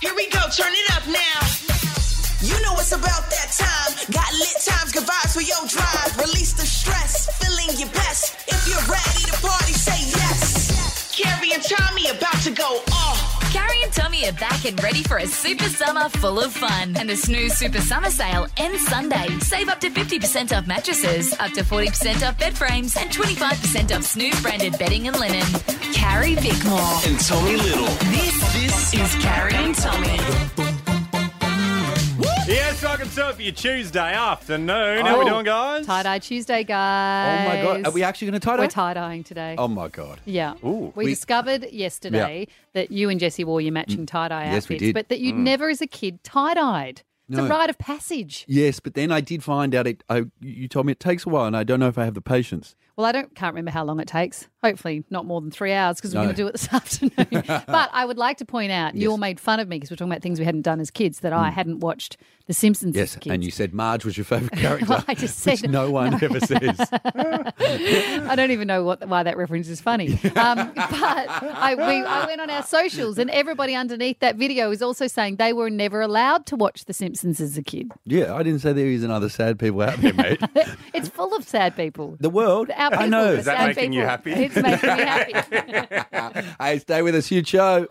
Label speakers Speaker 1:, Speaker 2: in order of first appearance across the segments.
Speaker 1: Here we go, turn it up now. You know it's about that time. Got lit times, good vibes for your drive. Release the stress, feeling your best. If you're ready to party, say yes. Carrie and Tommy about to go off.
Speaker 2: Carrie and Tommy are back and ready for a super summer full of fun. And the Snoo Super Summer Sale ends Sunday. Save up to 50% off mattresses, up to 40% off bed frames, and 25% off Snoo branded bedding and linen. Carrie Bickmore.
Speaker 3: and Tommy Little.
Speaker 2: This, this is Carrie and Tommy.
Speaker 4: Yes, welcome to it for your Tuesday afternoon. How we doing, guys?
Speaker 5: Tie dye Oh. Tuesday,
Speaker 6: Oh
Speaker 5: guys.
Speaker 6: my god, are we actually going to tie
Speaker 5: We're
Speaker 6: dye?
Speaker 5: tie dyeing today.
Speaker 6: oh my god.
Speaker 5: Yeah.
Speaker 6: Ooh. We-
Speaker 5: we, discovered yesterday that you and Jesse wore your matching tie dye
Speaker 6: Mm. Yes,
Speaker 5: outfits,
Speaker 6: we did. Mm.
Speaker 5: but that you never as a kid tie dyed. It's a
Speaker 6: No.
Speaker 5: rite of passage.
Speaker 6: Yes, but then I did find out it. I, you told me it takes a while, and I don't know if I have the patience.
Speaker 5: Well, I don't can't remember how long it takes. Hopefully, not more than three hours because we're
Speaker 6: No.
Speaker 5: going to do it this afternoon. but I would like to point out you all made fun of me because we're talking about things we hadn't done as kids that I hadn't watched The Simpsons
Speaker 6: Mm. Yes,
Speaker 5: as kids.
Speaker 6: and you said Marge was your favourite character.
Speaker 5: I just
Speaker 6: which
Speaker 5: said-
Speaker 6: no one ever says.
Speaker 5: I don't even know what why that reference is funny. Um, but I, we, I went on our socials, and everybody underneath that video is also saying they were never allowed to watch The Simpsons as a kid.
Speaker 6: yeah, I didn't say there isn't other sad people out there, mate.
Speaker 5: It's full of sad people.
Speaker 6: the world.
Speaker 5: Our people,
Speaker 6: I know.
Speaker 5: the
Speaker 4: Is that
Speaker 5: sad
Speaker 4: making you
Speaker 5: people.
Speaker 4: happy?
Speaker 5: It's making me happy.
Speaker 6: Hey, stay with us, huge show.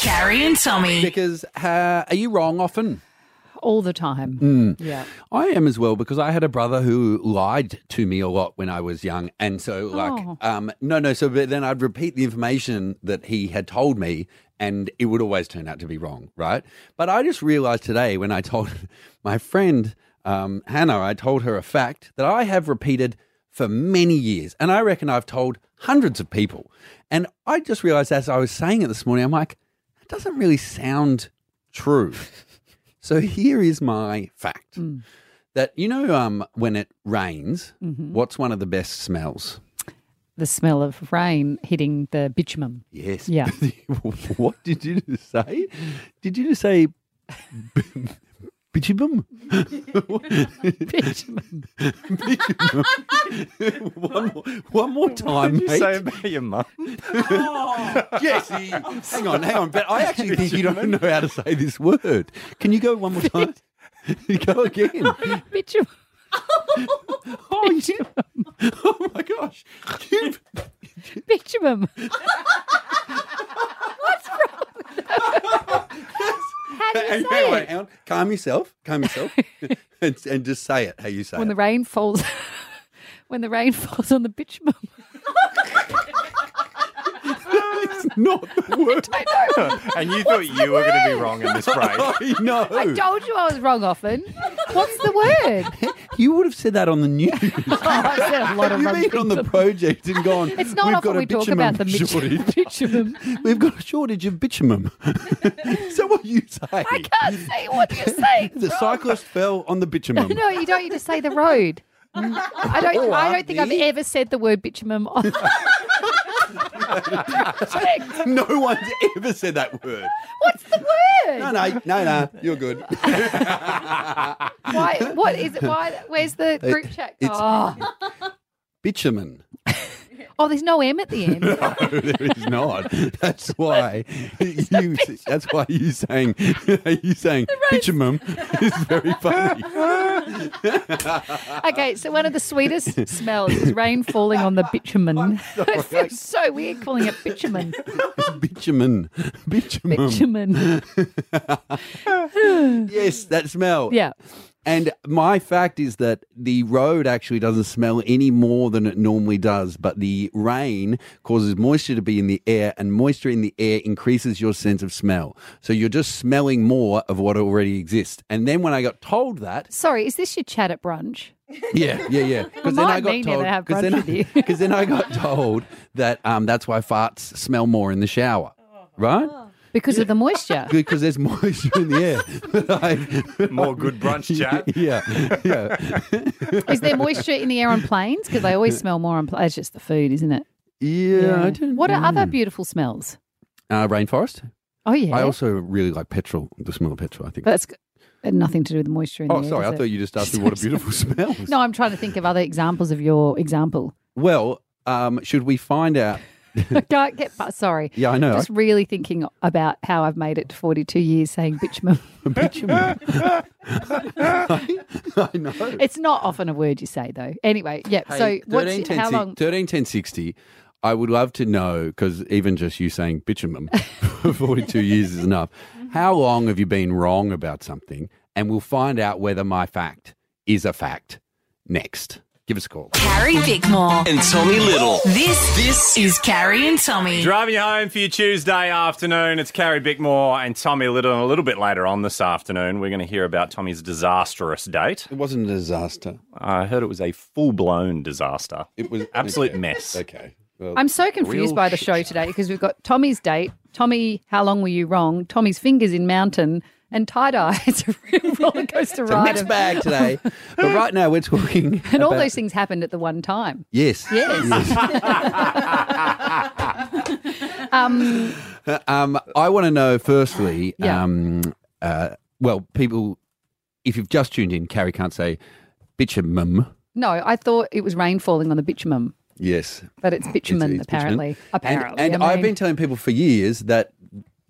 Speaker 2: Carrie and Tommy.
Speaker 6: Because uh, are you wrong often?
Speaker 5: All the time.
Speaker 4: Mm.
Speaker 5: Yeah.
Speaker 6: I am as well because I had a brother who lied to me a lot when I was young, and so like,
Speaker 5: Oh.
Speaker 6: um, no, no. So but then I'd repeat the information that he had told me, and it would always turn out to be wrong, right? But I just realized today when I told my friend um, Hannah, I told her a fact that I have repeated for many years, and I reckon I've told hundreds of people, and I just realized as I was saying it this morning, I'm like, that doesn't really sound true. So here is my fact that you know um, when it rains,
Speaker 5: Mm-hmm.
Speaker 6: what's one of the best smells?
Speaker 5: The smell of rain hitting the bitumen.
Speaker 6: Yes.
Speaker 5: Yeah.
Speaker 6: what did you just say? Did you just say b- bitumen?
Speaker 5: Bitumen.
Speaker 6: one, more, one more time,
Speaker 4: What did you
Speaker 6: mate.
Speaker 4: say about your mum?
Speaker 6: Jesse, hang on, hang on. But I actually think you don't know how to say this word. Can you go one more time? go again.
Speaker 5: bitumen.
Speaker 6: Oh, you, oh my gosh. You-
Speaker 5: Bitumen. What's wrong? How do
Speaker 6: hang
Speaker 5: you
Speaker 6: on,
Speaker 5: say it?
Speaker 6: hang on. Calm yourself. Calm yourself. and, and just say it how you say
Speaker 5: when
Speaker 6: it.
Speaker 5: the rain falls when the rain falls on the bitumen.
Speaker 6: It's not the word.
Speaker 4: and you thought you were going to be wrong in this break.
Speaker 6: I know.
Speaker 5: I told you I was wrong often. What's the word?
Speaker 6: you would have said that on the news.
Speaker 5: Oh, I said a lot of
Speaker 6: You've
Speaker 5: wrong
Speaker 6: been on the
Speaker 5: things.
Speaker 6: project and gone.
Speaker 5: It's not
Speaker 6: We've
Speaker 5: often
Speaker 6: got a
Speaker 5: we talk about the
Speaker 6: bitumen
Speaker 5: bitumen.
Speaker 6: shortage.
Speaker 5: bitumen.
Speaker 6: We've got a shortage of bitumen. Is that what you say?
Speaker 5: I can't say what you're saying.
Speaker 6: the cyclist fell on the bitumen.
Speaker 5: No, you don't. You just say the road. I
Speaker 6: Oh,
Speaker 5: don't. I don't think I've
Speaker 6: Andy.
Speaker 5: ever said the word bitumen. on- Project.
Speaker 6: no. one's ever said that word.
Speaker 5: What's the word?
Speaker 6: No, no, no, no. You're good.
Speaker 5: Why? What is it? Why? Where's the group chat?
Speaker 6: it's-
Speaker 5: Oh.
Speaker 6: bitumen.
Speaker 5: oh, there's no M at the end.
Speaker 6: No, there is not. That's why you. That's why you saying you saying bitumen is very funny.
Speaker 5: Okay, so one of the sweetest smells is rain falling on the bitumen. it feels so weird calling it bitumen.
Speaker 6: Bitumen, bitumen.
Speaker 5: Bitumen.
Speaker 6: Yes, that smell.
Speaker 5: Yeah.
Speaker 6: And my fact is that the road actually doesn't smell any more than it normally does, but the rain causes moisture to be in the air, and moisture in the air increases your sense of smell. So you're just smelling more of what already exists. And then when I got told that,
Speaker 5: Sorry, is this your chat at brunch?
Speaker 6: yeah, yeah, yeah, because
Speaker 5: Remind me never have brunch
Speaker 6: then,
Speaker 5: with you.
Speaker 6: because then I got told that um, that's why farts smell more in the shower,
Speaker 5: Oh.
Speaker 6: right?
Speaker 5: Because of the moisture.
Speaker 6: Because there's moisture in the air. But I-
Speaker 4: More good brunch chat.
Speaker 6: yeah, yeah.
Speaker 5: Is there moisture in the air on planes? Because they always smell more on planes. It's just the food, isn't it?
Speaker 6: Yeah, I didn't.
Speaker 5: What are
Speaker 6: know.
Speaker 5: other beautiful smells?
Speaker 6: Uh, rainforest.
Speaker 5: Oh, yeah.
Speaker 6: I also really like petrol, the smell of petrol, I think.
Speaker 5: but that's g- had nothing to do with the moisture in
Speaker 6: oh,
Speaker 5: the air.
Speaker 6: sorry.
Speaker 5: does
Speaker 6: I
Speaker 5: it?
Speaker 6: thought you just asked me what a beautiful smell.
Speaker 5: No, I'm trying to think of other examples of your example.
Speaker 6: Well, um, should we find out
Speaker 5: I can't get past. Sorry.
Speaker 6: Yeah, I know.
Speaker 5: Just really thinking about how I've made it to 42 years saying bitumen.
Speaker 6: Bitumen. I know.
Speaker 5: it's not often a word you say, though. Anyway, yep. so, what's, how long?
Speaker 6: 13, 10, 60. I would love to know because even just you saying bitumen for 42 years is enough. How long have you been wrong about something? And we'll find out whether my fact is a fact next. Give us a call.
Speaker 2: Carrie Bickmore.
Speaker 3: and Tommy Little.
Speaker 2: This
Speaker 3: This
Speaker 2: is Carrie and Tommy.
Speaker 4: Driving you home for your Tuesday afternoon. It's Carrie Bickmore and Tommy Little. And a little bit later on this afternoon, we're going to hear about Tommy's disastrous date.
Speaker 6: It wasn't a disaster.
Speaker 4: I heard it was a full blown disaster.
Speaker 6: It was
Speaker 4: Absolute mess.
Speaker 6: Okay. Well,
Speaker 5: I'm so confused
Speaker 4: Real
Speaker 5: by the
Speaker 4: shit
Speaker 5: show today because we've got Tommy's date, Tommy, how long were you wrong? Tommy's fingers in mountain and tie dye. It's a real roller coaster
Speaker 6: it's a
Speaker 5: ride.
Speaker 6: mixed
Speaker 5: of-
Speaker 6: bag today. but right now we're talking.
Speaker 5: and all
Speaker 6: about-
Speaker 5: those things happened at the one time.
Speaker 6: Yes.
Speaker 5: Yes. um,
Speaker 6: Um, I want to know firstly,
Speaker 5: Yeah.
Speaker 6: um, uh, well, people, if you've just tuned in, Carrie can't say bitumen.
Speaker 5: no, I thought it was rain falling on the bitumen,
Speaker 6: Yes.
Speaker 5: but it's bitumen
Speaker 6: it's bitumen.
Speaker 5: apparently.
Speaker 6: And,
Speaker 5: Apparently,
Speaker 6: and
Speaker 5: I
Speaker 6: I've
Speaker 5: mean,
Speaker 6: been telling people for years that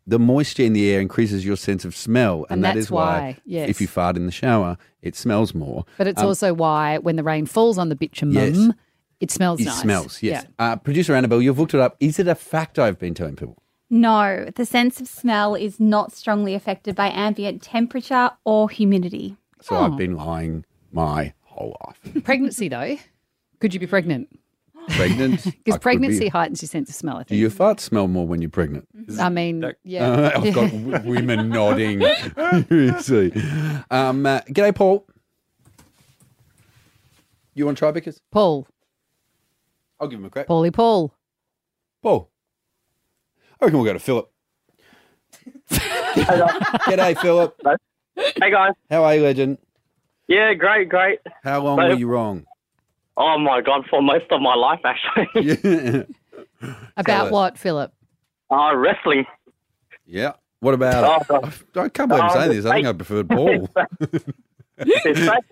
Speaker 6: the moisture in the air increases your sense of smell. And,
Speaker 5: And
Speaker 6: that
Speaker 5: that's
Speaker 6: is why,
Speaker 5: why, yes.
Speaker 6: if you fart in the shower, it smells more.
Speaker 5: But it's also why when the rain falls on the bitumen,
Speaker 6: um, Yes.
Speaker 5: it smells
Speaker 6: It
Speaker 5: nice.
Speaker 6: smells, yes.
Speaker 5: Yeah.
Speaker 6: Uh, Producer Annabelle, you've looked it up. Is it a fact I've been telling people?
Speaker 7: No, the sense of smell is not strongly affected by ambient temperature or humidity.
Speaker 6: So
Speaker 5: Oh.
Speaker 6: I've been lying my whole life.
Speaker 5: Pregnancy, though. Could you be pregnant?
Speaker 6: Pregnant? I could
Speaker 5: Because
Speaker 6: be.
Speaker 5: pregnancy heightens your sense of smell, I
Speaker 6: Do
Speaker 5: think.
Speaker 6: your farts smell more when you're pregnant?
Speaker 5: I mean, yeah.
Speaker 6: Uh, I've got w- women nodding. You see. Um, uh, g'day, Paul. You want to try because
Speaker 5: Paul,
Speaker 6: I'll give him a crack. Paul.
Speaker 5: Paulie Paul.
Speaker 6: I reckon we'll go to Philip. g'day, Philip.
Speaker 8: Hey guys.
Speaker 6: How are you, legend?
Speaker 8: Yeah, great, great.
Speaker 6: How long
Speaker 8: Hello.
Speaker 6: were you wrong?
Speaker 8: Oh my god, for most of my life actually.
Speaker 6: yeah.
Speaker 5: About
Speaker 6: us.
Speaker 5: what, Philip?
Speaker 8: Uh, wrestling.
Speaker 6: yeah. What about
Speaker 8: Oh,
Speaker 6: it? I can't believe I'm
Speaker 8: Oh,
Speaker 6: saying this. I think I preferred Paul.
Speaker 8: It's great.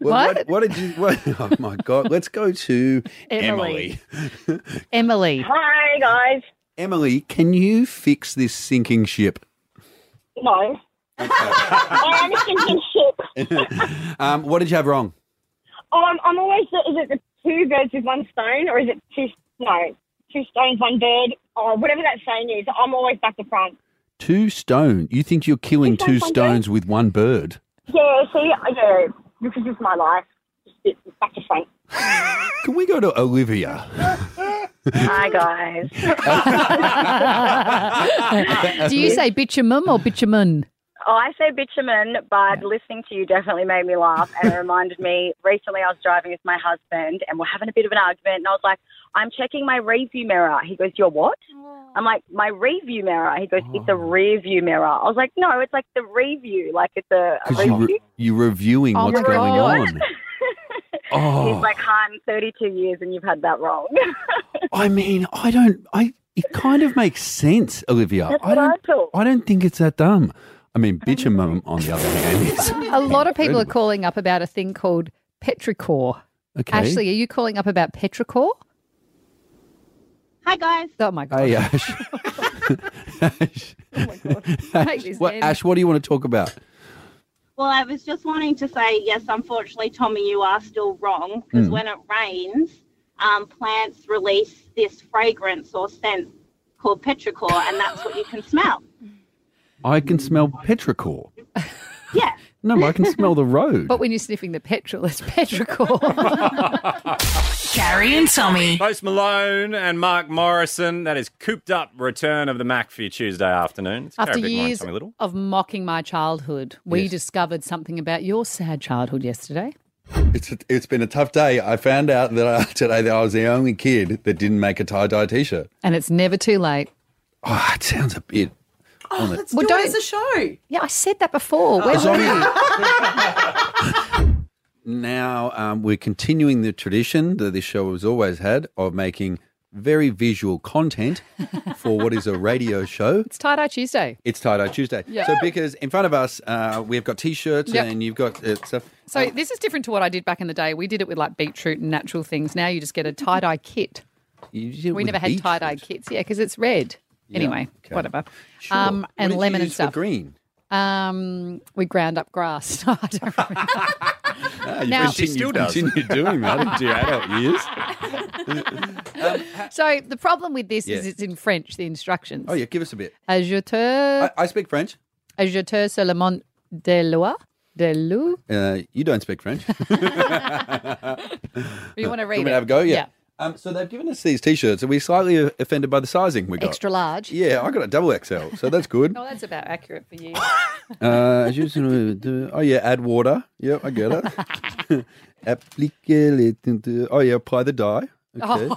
Speaker 6: Well,
Speaker 5: What?
Speaker 6: what? What did you? What, oh my God! Let's go to
Speaker 5: Emily.
Speaker 6: Emily.
Speaker 5: Emily.
Speaker 9: Hi guys.
Speaker 6: Emily, can you fix this sinking ship?
Speaker 9: No. I am thinking shit.
Speaker 6: Um, what did you have wrong?
Speaker 9: Um, I'm always the, is it the two birds with one stone or is it two no two stones one bird or whatever that saying is? I'm always back to front.
Speaker 6: Two stone. You think you're killing two stones with one bird?
Speaker 9: Yeah, see, I- yeah, this is just my life. Just it- it's back to front.
Speaker 6: Can we go to Olivia?
Speaker 9: Hi guys.
Speaker 5: Do you say bitumen or bitumen?
Speaker 9: Oh, I say bitumen, but listening to you definitely made me laugh and it reminded me. Recently, I was driving with my husband and we're having a bit of an argument, and I was like, "I'm checking my rearview mirror." He goes, "Your what?" I'm like, "My rearview mirror." He goes, "It's a rearview mirror." I was like, "No, it's like the review, like it's a, a
Speaker 6: Because you
Speaker 9: review."
Speaker 6: re- you're reviewing
Speaker 5: Oh
Speaker 6: what's
Speaker 5: my
Speaker 6: going
Speaker 5: God.
Speaker 6: on. Oh,
Speaker 9: He's like, "Hi, I'm 32 years and you've had that wrong."
Speaker 6: I mean, I don't. I it kind of makes sense, Olivia.
Speaker 9: That's
Speaker 6: I
Speaker 9: what I
Speaker 6: don't.
Speaker 9: thought.
Speaker 6: I don't think it's that dumb. I mean, bitch and mum on the other hand is
Speaker 5: A lot of people are
Speaker 6: incredible.
Speaker 5: calling up about a thing called petrichor.
Speaker 6: okay.
Speaker 5: Ashley, are you calling up about petrichor?
Speaker 9: Hi guys.
Speaker 5: Oh my God.
Speaker 6: Hey, Ash. Ash.
Speaker 5: Make this
Speaker 6: what,
Speaker 5: end.
Speaker 6: Ash, what do you want to talk about?
Speaker 10: Well, I was just wanting to say, yes, unfortunately, Tommy, you are still wrong because
Speaker 5: Hmm.
Speaker 6: Mm.
Speaker 10: when it rains, um, plants release this fragrance or scent called petrichor, and that's what you can smell.
Speaker 6: I can smell petrichor.
Speaker 10: Yeah.
Speaker 6: No, I can smell the road.
Speaker 5: But when you're sniffing the petrol, it's petrichor.
Speaker 2: Carrie and Tommy.
Speaker 4: Post Malone and Mark Morrison. That is cooped up return of the Mac for your Tuesday afternoon. It's
Speaker 5: After
Speaker 4: Carrie Bickmore and
Speaker 5: years
Speaker 4: Tommy Little.
Speaker 5: of mocking my childhood, we
Speaker 6: Yes.
Speaker 5: discovered something about your sad childhood yesterday.
Speaker 6: It's it's been a tough day. I found out that I, today that I was the only kid that didn't make a tie dye t shirt.
Speaker 5: And it's never too late.
Speaker 6: Oh, it sounds a bit. on it.
Speaker 5: Well,
Speaker 1: Do
Speaker 5: don't-
Speaker 1: it as a show.
Speaker 5: Yeah, I said that before.
Speaker 6: Oh.
Speaker 5: Where were you?
Speaker 6: Now um, we're continuing the tradition that this show has always had of making very visual content for what is a radio show.
Speaker 5: It's tie dye Tuesday.
Speaker 6: It's tie dye Tuesday. So because in front of us uh, we've got t-shirts
Speaker 5: Yep.
Speaker 6: and you've got uh, stuff.
Speaker 5: So this is different to what I did back in the day. We did it with like beetroot and natural things. Now you just get a tie dye kit.
Speaker 6: You did it
Speaker 5: We
Speaker 6: with
Speaker 5: never had
Speaker 6: beet
Speaker 5: tie dye
Speaker 6: fruit.
Speaker 5: kits, yeah, because it's red.
Speaker 6: Yeah,
Speaker 5: anyway,
Speaker 6: okay.
Speaker 5: whatever.
Speaker 6: Sure.
Speaker 5: Um,
Speaker 6: What
Speaker 5: and
Speaker 6: did you
Speaker 5: lemon and
Speaker 6: use for
Speaker 5: stuff.
Speaker 6: green.
Speaker 5: Um, we ground up grass. No, I
Speaker 6: Ah,
Speaker 5: don't remember.
Speaker 6: you
Speaker 5: Now-
Speaker 4: She still does.
Speaker 6: Continue doing that into your adult years.
Speaker 5: so the problem with this is
Speaker 6: Yeah.
Speaker 5: it's in French. The instructions.
Speaker 6: Oh yeah, give us a bit.
Speaker 5: A jeter,
Speaker 6: I, I speak French.
Speaker 5: a jeter sur le monde de loi de l'eau.
Speaker 6: Uh, you don't speak French.
Speaker 5: You want to read
Speaker 6: you want
Speaker 5: it?
Speaker 6: to have a go? Yeah. Um, so they've given us these T-shirts, and we're slightly uh, offended by the sizing we got.
Speaker 5: Extra large.
Speaker 6: Yeah, I got a double XL, so that's good.
Speaker 5: Oh, that's about accurate for you.
Speaker 6: Uh, as you said, uh, oh yeah, add water. Yeah, I get it. Appliquer les teintes- Oh yeah, apply the dye. Okay.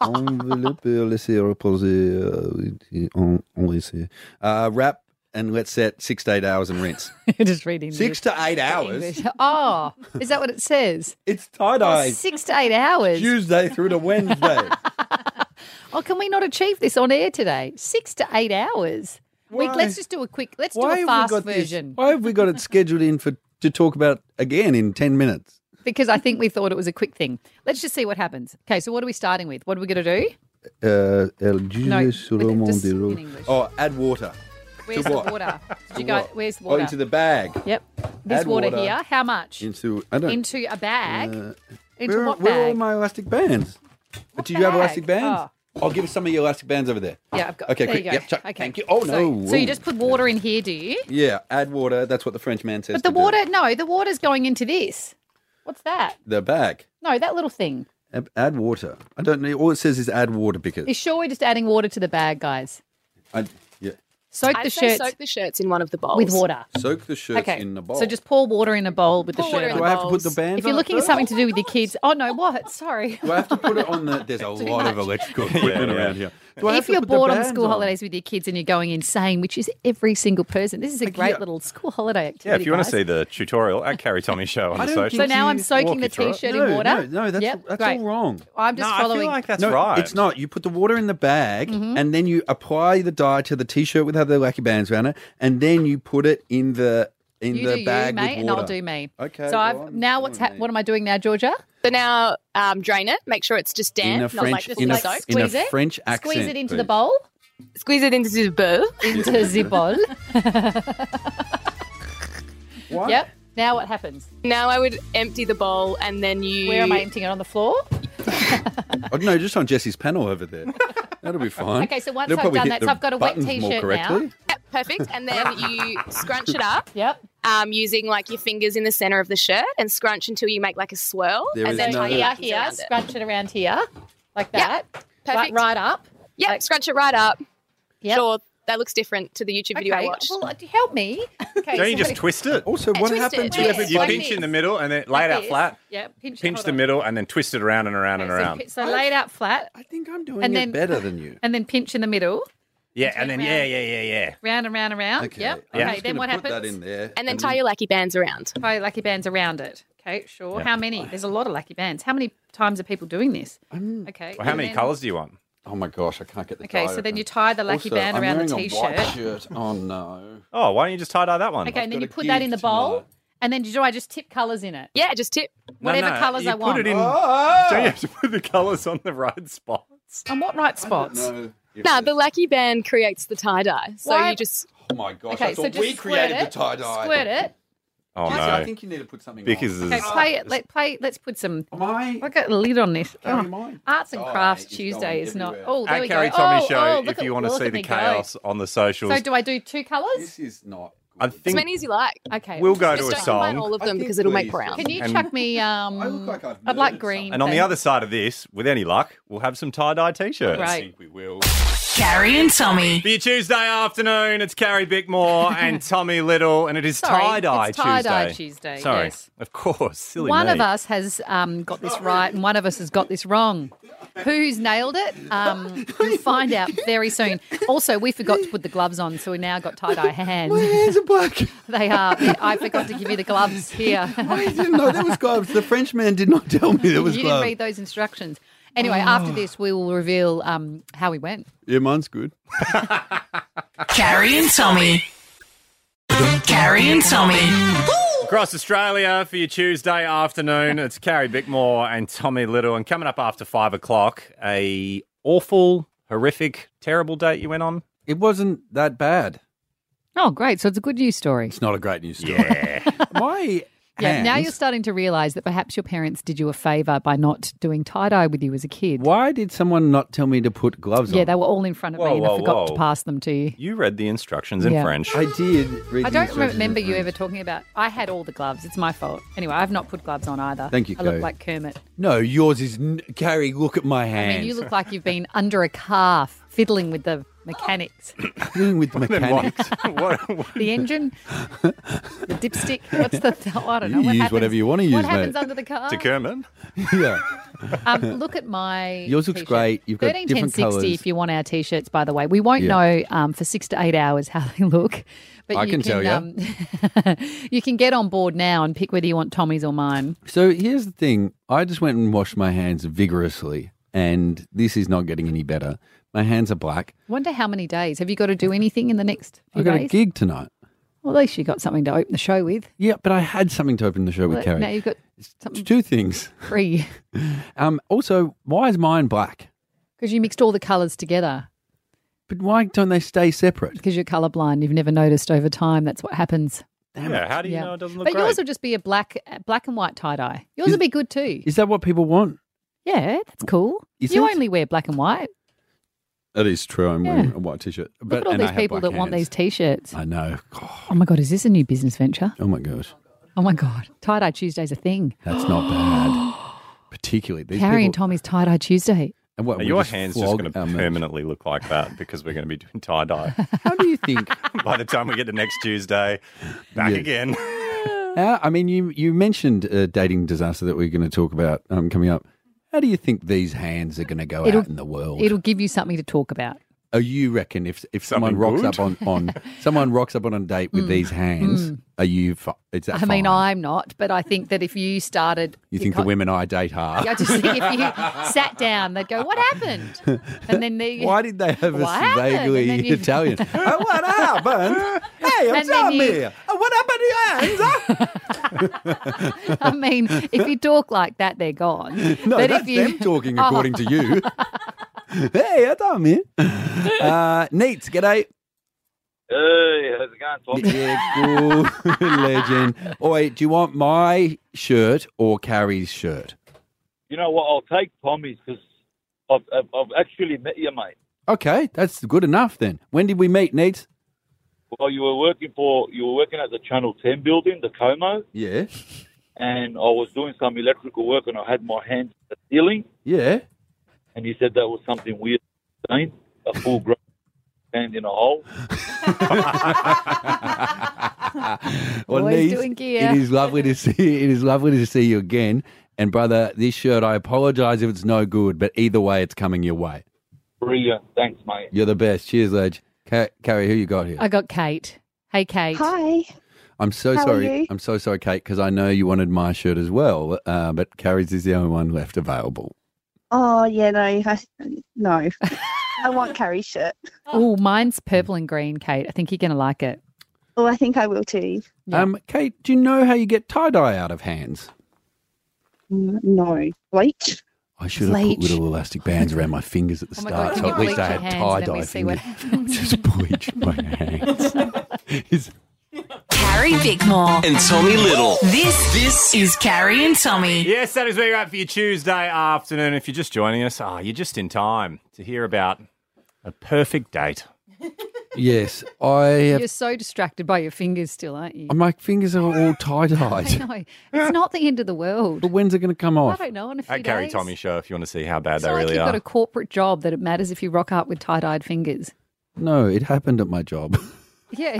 Speaker 5: Oh.
Speaker 6: Envelopper, laisser reposer, euh, en- en laisser. Uh, wrap and let set six to eight hours and rinse.
Speaker 5: You're just reading the-
Speaker 6: Six to eight hours.
Speaker 5: English. Oh, is that what it says?
Speaker 6: It's tie dye.
Speaker 5: Six to eight hours.
Speaker 6: Tuesday through to Wednesday.
Speaker 5: Oh, can we not achieve this on air today? Six to eight hours. We,
Speaker 6: Why?
Speaker 5: let's just do a quick. Let's do a
Speaker 6: have
Speaker 5: fast
Speaker 6: we got
Speaker 5: version
Speaker 6: This, why have we got it scheduled in for to talk about again in ten minutes?
Speaker 5: because I think we thought it was a quick thing. Let's just see what happens. Okay, so what are we starting with? What are we going to do?
Speaker 6: Uh, El Dieu
Speaker 5: No,
Speaker 6: sur
Speaker 5: with
Speaker 6: le
Speaker 5: it,
Speaker 6: monde
Speaker 5: just
Speaker 6: des
Speaker 5: in
Speaker 6: rois.
Speaker 5: English.
Speaker 6: Oh, add water.
Speaker 5: Where's
Speaker 6: To
Speaker 5: the
Speaker 6: what?
Speaker 5: water? Did you
Speaker 6: To
Speaker 5: go?
Speaker 6: what?
Speaker 5: Where's the
Speaker 6: Oh,
Speaker 5: water?
Speaker 6: into the bag.
Speaker 5: Yep. This
Speaker 6: Add
Speaker 5: water,
Speaker 6: water.
Speaker 5: here. How much?
Speaker 6: Into I don't.
Speaker 5: Into a bag.
Speaker 6: Uh,
Speaker 5: into
Speaker 6: where,
Speaker 5: what
Speaker 6: where are all
Speaker 5: bag?
Speaker 6: my elastic bands? Do you have
Speaker 5: bag?
Speaker 6: elastic bands?
Speaker 5: Oh.
Speaker 6: I'll give us some of your elastic bands over there.
Speaker 5: Yeah, I've got.
Speaker 6: Okay,
Speaker 5: there
Speaker 6: quick.
Speaker 5: You go.
Speaker 6: Yep, chuck.
Speaker 5: Okay.
Speaker 6: Thank you. Oh
Speaker 5: So,
Speaker 6: no.
Speaker 5: so you
Speaker 6: Ooh.
Speaker 5: just put water in here, do you?
Speaker 6: Yeah, add water. That's what the French man says.
Speaker 5: But the
Speaker 6: to do.
Speaker 5: water, no, the water's going into this. What's that?
Speaker 6: The bag.
Speaker 5: No, that little thing.
Speaker 6: Ab- Add water. I don't know. All it says is add water because.
Speaker 5: Is sure we're just adding water to the bag, guys.
Speaker 6: I, yeah.
Speaker 5: Soak
Speaker 3: I'd
Speaker 5: the
Speaker 3: say
Speaker 5: shirts
Speaker 3: soak the shirts in one of the bowls.
Speaker 5: with water.
Speaker 6: Soak the shirts
Speaker 5: okay.
Speaker 6: in the bowl.
Speaker 5: So just pour water in a bowl with
Speaker 3: Pour
Speaker 5: the
Speaker 3: water
Speaker 5: shirt
Speaker 3: in
Speaker 5: on.
Speaker 6: Do I have to put the
Speaker 3: bowls.
Speaker 6: bands?
Speaker 5: If you're
Speaker 6: on
Speaker 5: looking at
Speaker 6: first?
Speaker 5: something to do with your kids, oh no, what? Sorry.
Speaker 6: Do I have to put it on the? There's a lot of electrical equipment
Speaker 4: yeah.
Speaker 6: around here. Do I have
Speaker 5: If
Speaker 6: to
Speaker 5: you're
Speaker 6: put the
Speaker 5: bored on
Speaker 6: bands
Speaker 5: school holidays with your kids and you're going insane, which is every single person, this is a great
Speaker 6: yeah.
Speaker 5: little school holiday activity.
Speaker 4: Yeah, if you want
Speaker 5: guys.
Speaker 4: to see the tutorial at Carry Tommy Show on
Speaker 6: I don't
Speaker 4: the social.
Speaker 5: So
Speaker 6: think
Speaker 5: now
Speaker 6: you
Speaker 5: I'm soaking
Speaker 4: walk
Speaker 5: the
Speaker 4: you through it.
Speaker 5: t-shirt
Speaker 6: No,
Speaker 5: in water.
Speaker 6: no, no, that's
Speaker 5: Yep,
Speaker 6: that's
Speaker 5: great.
Speaker 6: all wrong.
Speaker 5: I'm just
Speaker 4: no, I
Speaker 5: following. Mm-hmm.
Speaker 4: feel like that's
Speaker 6: no,
Speaker 4: right.
Speaker 6: it's not. You put the water in the bag, and then you apply the dye to the t-shirt with other wacky bands around it, and then you put it in the in
Speaker 5: you
Speaker 6: the
Speaker 5: do you,
Speaker 6: bag
Speaker 5: mate,
Speaker 6: with
Speaker 5: and
Speaker 6: water.
Speaker 5: I'll do me.
Speaker 6: Okay,
Speaker 5: So
Speaker 6: well,
Speaker 5: I've
Speaker 6: I'm
Speaker 5: now what's
Speaker 6: doing
Speaker 5: ha-
Speaker 6: me.
Speaker 5: what am I doing now, Georgia?
Speaker 3: So now um, drain it. Make sure it's just damp,
Speaker 6: in a
Speaker 3: not like
Speaker 6: French
Speaker 3: this
Speaker 6: in a,
Speaker 3: little soak.
Speaker 6: in a
Speaker 5: Squeeze it.
Speaker 6: French accent.
Speaker 5: Squeeze it into the
Speaker 6: please.
Speaker 5: bowl.
Speaker 3: Squeeze it into the bowl.
Speaker 5: Into the bowl.
Speaker 6: What?
Speaker 5: Yep. Now what happens?
Speaker 3: Now I would empty the bowl and then you.
Speaker 5: Where am I emptying it on the floor?
Speaker 6: Oh, no, just on Jesse's panel over there. That'll be fine.
Speaker 5: Okay, so once
Speaker 6: They'll
Speaker 5: I've
Speaker 6: probably
Speaker 5: done
Speaker 6: hit
Speaker 5: that, so
Speaker 6: the
Speaker 5: I've got a wet
Speaker 6: buttons more
Speaker 5: t-shirt now.
Speaker 6: correctly.
Speaker 3: Yep, perfect. And then you scrunch it up
Speaker 5: Yep.
Speaker 3: um, using like your fingers in the center of the shirt and scrunch until you make like a swirl.
Speaker 6: There is
Speaker 3: and then
Speaker 6: no-
Speaker 3: tie your
Speaker 5: Here, here.
Speaker 3: buttons around it.
Speaker 5: Scrunch it around here, like that. Right,
Speaker 3: perfect.
Speaker 5: right up.
Speaker 3: Yep,
Speaker 5: like-
Speaker 3: scrunch it right up.
Speaker 5: Yep.
Speaker 3: Sure, that looks different to the YouTube video I
Speaker 5: Okay.
Speaker 3: watched.
Speaker 5: Well, help me. Okay.
Speaker 4: Don't you
Speaker 5: so
Speaker 4: just
Speaker 5: what-
Speaker 4: twist it?
Speaker 6: Also, what
Speaker 3: twisted.
Speaker 6: happened to
Speaker 3: Yeah.
Speaker 6: everybody?
Speaker 4: You
Speaker 5: like
Speaker 4: pinch
Speaker 5: this.
Speaker 4: in the middle and then lay it
Speaker 5: like
Speaker 4: out
Speaker 5: this.
Speaker 4: flat.
Speaker 5: Yeah. Pinch,
Speaker 4: Pinch
Speaker 5: hold
Speaker 4: the
Speaker 5: on.
Speaker 4: middle and then twist it around and around and
Speaker 5: Okay, so
Speaker 4: around.
Speaker 5: pi- So, lay it out flat,
Speaker 6: I think I'm doing
Speaker 5: And
Speaker 6: it
Speaker 5: then-
Speaker 6: better than you.
Speaker 5: and then pinch in the middle,
Speaker 4: yeah, and then
Speaker 5: around.
Speaker 4: yeah, yeah, yeah, yeah.
Speaker 5: round and round and round. Yep.
Speaker 6: I'm
Speaker 5: Okay.
Speaker 6: just
Speaker 5: Then
Speaker 6: gonna
Speaker 5: what
Speaker 6: put
Speaker 5: happens?
Speaker 6: That in there,
Speaker 3: and then tie your lackey bands around.
Speaker 5: Tie lucky bands around it. Okay. Sure. How many? There's a lot of lucky bands. How many times are people doing this? Okay.
Speaker 4: Well, how
Speaker 5: and
Speaker 4: many
Speaker 5: then-
Speaker 4: colours do you want?
Speaker 6: Oh my gosh, I can't get the
Speaker 5: Okay.
Speaker 6: dye
Speaker 5: So then
Speaker 6: open.
Speaker 5: you tie the lucky
Speaker 6: Also,
Speaker 5: band
Speaker 6: I'm
Speaker 5: around the
Speaker 6: wearing a white
Speaker 5: t-shirt.
Speaker 6: shirt. Oh no.
Speaker 4: Oh, why don't you just tie dye that one?
Speaker 5: Okay, and then
Speaker 6: got
Speaker 5: you
Speaker 6: a
Speaker 5: put that in the
Speaker 6: gift
Speaker 5: bowl,
Speaker 6: tonight.
Speaker 5: and then do I just tip colours in it?
Speaker 3: Yeah, just tip.
Speaker 4: No,
Speaker 5: Whatever
Speaker 4: no,
Speaker 5: colours
Speaker 4: you
Speaker 5: I want.
Speaker 4: Put it in.
Speaker 6: Oh!
Speaker 4: Don't you have to put the colours on the right spots?
Speaker 5: And what right
Speaker 6: No.
Speaker 5: spots?
Speaker 6: if
Speaker 3: No,
Speaker 6: there's-
Speaker 3: the lackey band creates the tie dye. So
Speaker 5: Why-
Speaker 3: you just
Speaker 6: Oh my gosh,
Speaker 5: Okay,
Speaker 6: I
Speaker 5: so
Speaker 6: thought
Speaker 5: just
Speaker 6: we
Speaker 5: squirt
Speaker 6: created
Speaker 5: it.
Speaker 6: the tie dye.
Speaker 5: Squirt it.
Speaker 4: Oh
Speaker 6: Jesse, I
Speaker 4: no,
Speaker 6: think you need to put something
Speaker 4: because
Speaker 6: on.
Speaker 5: Okay,
Speaker 4: it's-
Speaker 5: play it. Let play. Let's put some.
Speaker 6: Am I?
Speaker 5: I got a lid on this.
Speaker 6: Carry
Speaker 5: Oh,
Speaker 6: mine.
Speaker 5: Arts and
Speaker 6: Oh,
Speaker 5: Crafts
Speaker 6: mate, it's
Speaker 5: Tuesday
Speaker 6: going
Speaker 5: is not.
Speaker 6: everywhere.
Speaker 5: Oh, there
Speaker 4: at
Speaker 5: we
Speaker 4: Carry
Speaker 5: go.
Speaker 4: Tommy
Speaker 5: oh,
Speaker 4: Show,
Speaker 5: oh, look
Speaker 4: if
Speaker 5: at-
Speaker 4: you want to
Speaker 5: look
Speaker 4: see
Speaker 5: at
Speaker 4: the
Speaker 5: me go.
Speaker 4: chaos on the socials,
Speaker 5: So do I do two colours?
Speaker 6: This is not.
Speaker 4: I
Speaker 6: good.
Speaker 3: as
Speaker 4: think
Speaker 3: many as you like.
Speaker 5: Okay.
Speaker 4: we'll go to
Speaker 3: Just
Speaker 4: a
Speaker 3: don't combine
Speaker 4: song.
Speaker 3: all of
Speaker 6: I
Speaker 3: them
Speaker 6: think
Speaker 3: because it'll
Speaker 6: please.
Speaker 3: make brown.
Speaker 5: Can you
Speaker 4: and-
Speaker 5: chuck me? Um,
Speaker 6: I look like I've
Speaker 5: would like
Speaker 6: murdered
Speaker 5: green.
Speaker 4: And on the
Speaker 5: thanks.
Speaker 4: other side of this, with any luck, we'll have some tie dye t shirts.
Speaker 6: I
Speaker 5: Right.
Speaker 6: think we will.
Speaker 2: Carrie and Tommy.
Speaker 4: For your Tuesday afternoon, it's Carrie Bickmore and Tommy Little, and it is
Speaker 5: Sorry,
Speaker 4: tie dye
Speaker 5: it's
Speaker 4: Tuesday.
Speaker 5: tie-dye Tuesday,
Speaker 4: Sorry,
Speaker 5: yes.
Speaker 4: of course, silly
Speaker 5: One
Speaker 4: me.
Speaker 5: of us has um, got this right, and one of us has got this wrong. Who's nailed it? Um, you'll find out very soon. Also, we forgot to put the gloves on, so we now got tie dye hands.
Speaker 6: Hands are black.
Speaker 5: they are. I forgot to give you the gloves here.
Speaker 6: I didn't know there was gloves. The Frenchman did not tell me there was
Speaker 5: you
Speaker 6: gloves.
Speaker 5: didn't read those instructions. Anyway, after
Speaker 6: Oh.
Speaker 5: this, we will reveal um, how we went.
Speaker 6: Yeah, mine's good.
Speaker 2: Carrie and Tommy. Carrie and Tommy.
Speaker 1: Woo!
Speaker 4: Across Australia for your Tuesday afternoon. It's Carrie Bickmore and Tommy Little. And coming up after five o'clock, a awful, horrific, terrible date you went on.
Speaker 6: It wasn't that bad.
Speaker 5: Oh, great. So it's a good news story.
Speaker 6: It's not a great news story.
Speaker 4: Yeah.
Speaker 6: My
Speaker 5: Yeah, now
Speaker 6: hands-
Speaker 5: you're starting to realize that perhaps your parents did you a favor by not doing tie dye with you as a kid.
Speaker 6: Why did someone not tell me to put gloves on?
Speaker 5: Yeah, they were all in front of
Speaker 4: Whoa,
Speaker 5: me and
Speaker 4: whoa,
Speaker 5: I forgot
Speaker 4: whoa.
Speaker 5: to pass them to you.
Speaker 4: You read the instructions in
Speaker 5: Yeah.
Speaker 4: French.
Speaker 6: I did. Read
Speaker 5: I
Speaker 6: the
Speaker 5: don't
Speaker 6: instructions
Speaker 5: remember
Speaker 6: in
Speaker 5: you
Speaker 6: front.
Speaker 5: ever talking about. I had all the gloves. It's my fault. Anyway, I've not put gloves on either.
Speaker 6: Thank you,
Speaker 5: I look
Speaker 6: Kate.
Speaker 5: like Kermit.
Speaker 6: No, yours is n- Carrie. Look at my
Speaker 5: I
Speaker 6: hands.
Speaker 5: mean, you look like you've been under a car fiddling with the mechanics,
Speaker 6: Dealing with the
Speaker 4: Then what?
Speaker 6: mechanics.
Speaker 4: what, what-
Speaker 5: the engine, the dipstick. What's the? I don't
Speaker 6: You
Speaker 5: know. What
Speaker 6: use
Speaker 5: happens,
Speaker 6: whatever you wanna use,
Speaker 5: What happens
Speaker 6: mate.
Speaker 5: under the car?
Speaker 4: to Kermit?
Speaker 6: yeah.
Speaker 5: Um, look at my.
Speaker 6: Yours looks
Speaker 5: t-shirt.
Speaker 6: great. You've got
Speaker 5: 13,
Speaker 6: different
Speaker 5: 10, 60
Speaker 6: colours.
Speaker 5: If you want our t-shirts, by the way, we won't
Speaker 6: Yeah.
Speaker 5: know um, for six to eight hours how they look. But
Speaker 6: I
Speaker 5: you
Speaker 6: can tell ya.
Speaker 5: Um, you can get on board now and pick whether you want Tommy's or mine.
Speaker 6: So here's the thing. I just went and washed my hands vigorously, and this is not getting any better. My hands are black.
Speaker 5: Wonder how many days have you got to do anything in the next few
Speaker 6: I've got a
Speaker 5: days?
Speaker 6: gig tonight.
Speaker 5: Well, at least you got something to open the show with.
Speaker 6: Yeah, but I had something to open the show with
Speaker 5: Well,
Speaker 6: Carrie.
Speaker 5: now you've got
Speaker 6: T-
Speaker 5: something
Speaker 6: Two things.
Speaker 5: free
Speaker 6: Um, also, why is mine black?
Speaker 5: because you mixed all the colours together
Speaker 6: But why don't they stay separate?
Speaker 5: because you're colourblind. You've never noticed over time. That's what happens.
Speaker 4: Yeah, how do you
Speaker 5: Yeah.
Speaker 4: know it doesn't look
Speaker 5: But
Speaker 4: great?
Speaker 5: yours will just be a black, black and white tie dye. Yours
Speaker 6: Is-
Speaker 5: would be good too.
Speaker 6: Is that what people want?
Speaker 5: yeah, that's cool.
Speaker 6: Is
Speaker 5: you
Speaker 6: it?
Speaker 5: only wear black and white.
Speaker 6: That is true. I'm
Speaker 5: Yeah.
Speaker 6: wearing a white t-shirt. But
Speaker 5: Look at all
Speaker 6: and I
Speaker 5: these
Speaker 6: have
Speaker 5: people that
Speaker 6: black
Speaker 5: want these
Speaker 6: hands.
Speaker 5: t-shirts.
Speaker 6: I know. God.
Speaker 5: Oh my god, is this a new business venture?
Speaker 6: Oh my gosh,
Speaker 5: Oh my god, tie dye Tuesday's a thing.
Speaker 6: that's not bad. Particularly these
Speaker 5: Harry and
Speaker 6: people-
Speaker 5: Tommy's tie dye Tuesday.
Speaker 6: and what,
Speaker 4: Are
Speaker 6: we
Speaker 4: your hands just
Speaker 6: flog
Speaker 4: going to
Speaker 6: our merch.
Speaker 4: permanently look like that because we're going to be doing tie dye?
Speaker 6: How do you think?
Speaker 4: By the time we get to next Tuesday, back
Speaker 6: Yeah.
Speaker 4: again.
Speaker 6: how, I mean, you you mentioned a dating disaster that we're going to talk about um, coming up. How do you think these hands are going to go
Speaker 5: It'll-
Speaker 6: out in the world?
Speaker 5: It'll give you something to talk about.
Speaker 6: Oh, you reckon if if someone
Speaker 4: Something
Speaker 6: rocks
Speaker 4: good?
Speaker 6: up on, on someone rocks up on a date with these hands, are you? Fi- is that
Speaker 5: Mm. I mean,
Speaker 6: fine?
Speaker 5: I'm not, but I think that if you started,
Speaker 6: You think the
Speaker 5: can't-
Speaker 6: women I date are?
Speaker 5: I just think if you sat down, they'd go, "What happened?" And then they
Speaker 6: Why did they have
Speaker 5: What
Speaker 6: us
Speaker 5: happened?
Speaker 6: vaguely
Speaker 5: And then you-
Speaker 6: Italian? oh, what happened? Hey,
Speaker 5: And then you-
Speaker 6: Oh, what happened to your hands?
Speaker 5: I mean, if you talk like that, they're gone.
Speaker 6: No,
Speaker 5: but
Speaker 6: that's
Speaker 5: if you Oh.
Speaker 6: them talking according to you. hey, I told me. Uh, Neats, g'day.
Speaker 8: Hey, how's it going,
Speaker 5: Oh.
Speaker 8: Tom?
Speaker 6: Yeah, good legend. Oi, do you want my shirt or Carrie's shirt?
Speaker 8: You know what? I'll take Tommy's because I've, I've, I've actually met you, mate.
Speaker 6: Okay, that's good enough then. When did we meet, Neats?
Speaker 8: Well, you were working for you were working at the Channel Ten building, the Como,
Speaker 6: Yeah.
Speaker 8: and I was doing some electrical work, and I had my hands on the ceiling,
Speaker 6: Yeah.
Speaker 8: and you said that was something weird, Dane, a full grown hand in a hole.
Speaker 6: Well,
Speaker 5: Always
Speaker 6: Needs,
Speaker 5: doing gear.
Speaker 6: It is lovely to see. It is lovely to see you again. And brother, this shirt, I apologise if it's no good, but either way, it's coming your way.
Speaker 8: Brilliant, thanks, mate.
Speaker 6: You're the best. Cheers, ledge. Ca- Carrie, who you got here?
Speaker 5: I got Kate. Hey, Kate.
Speaker 11: Hi.
Speaker 6: I'm so
Speaker 11: how are
Speaker 6: sorry.
Speaker 11: you?
Speaker 6: I'm so sorry, Kate, because I know you wanted my shirt as well, uh, but Carrie's is the only one left available.
Speaker 11: Oh yeah, no, I, no. I want Carrie's shirt.
Speaker 5: Oh, mine's purple and green, Kate. I think you're going to like it.
Speaker 11: Oh, I think I will too.
Speaker 5: Yeah.
Speaker 6: Um, Kate, do you know how you get tie dye out of hands?
Speaker 11: Mm, No, bleach.
Speaker 6: I should have put
Speaker 5: Bleach.
Speaker 6: little elastic bands around my fingers at the
Speaker 5: Oh my
Speaker 6: start,
Speaker 5: God,
Speaker 6: so
Speaker 5: can
Speaker 6: at
Speaker 5: you
Speaker 6: least I
Speaker 5: bleach your
Speaker 6: had
Speaker 5: hands
Speaker 6: tie
Speaker 5: and then we
Speaker 6: dye
Speaker 5: see what
Speaker 6: fingers. Just bleach my hands. It's-
Speaker 2: Carrie Bickmore.
Speaker 1: And Tommy Little.
Speaker 2: This this is Carrie and Tommy.
Speaker 4: Yes, that is where you're at for your Tuesday afternoon. If you're just joining us, ah, you're just in time to hear about a perfect date.
Speaker 6: yes, I have
Speaker 5: You're so distracted by your fingers still, aren't you?
Speaker 6: My fingers are all tie
Speaker 5: I
Speaker 6: dyed.
Speaker 5: know. It's not the end of the world.
Speaker 6: But when's it going to come
Speaker 5: I
Speaker 6: off?
Speaker 5: don't know. In a few
Speaker 4: At Carrie
Speaker 5: days.
Speaker 4: Tommy Show, if you want to see how bad
Speaker 5: It's
Speaker 4: they
Speaker 5: not like
Speaker 4: really
Speaker 5: you've
Speaker 4: are.
Speaker 5: got a corporate job that it matters if you rock up with tie dyed fingers.
Speaker 6: No, it happened at my job.
Speaker 5: Yeah.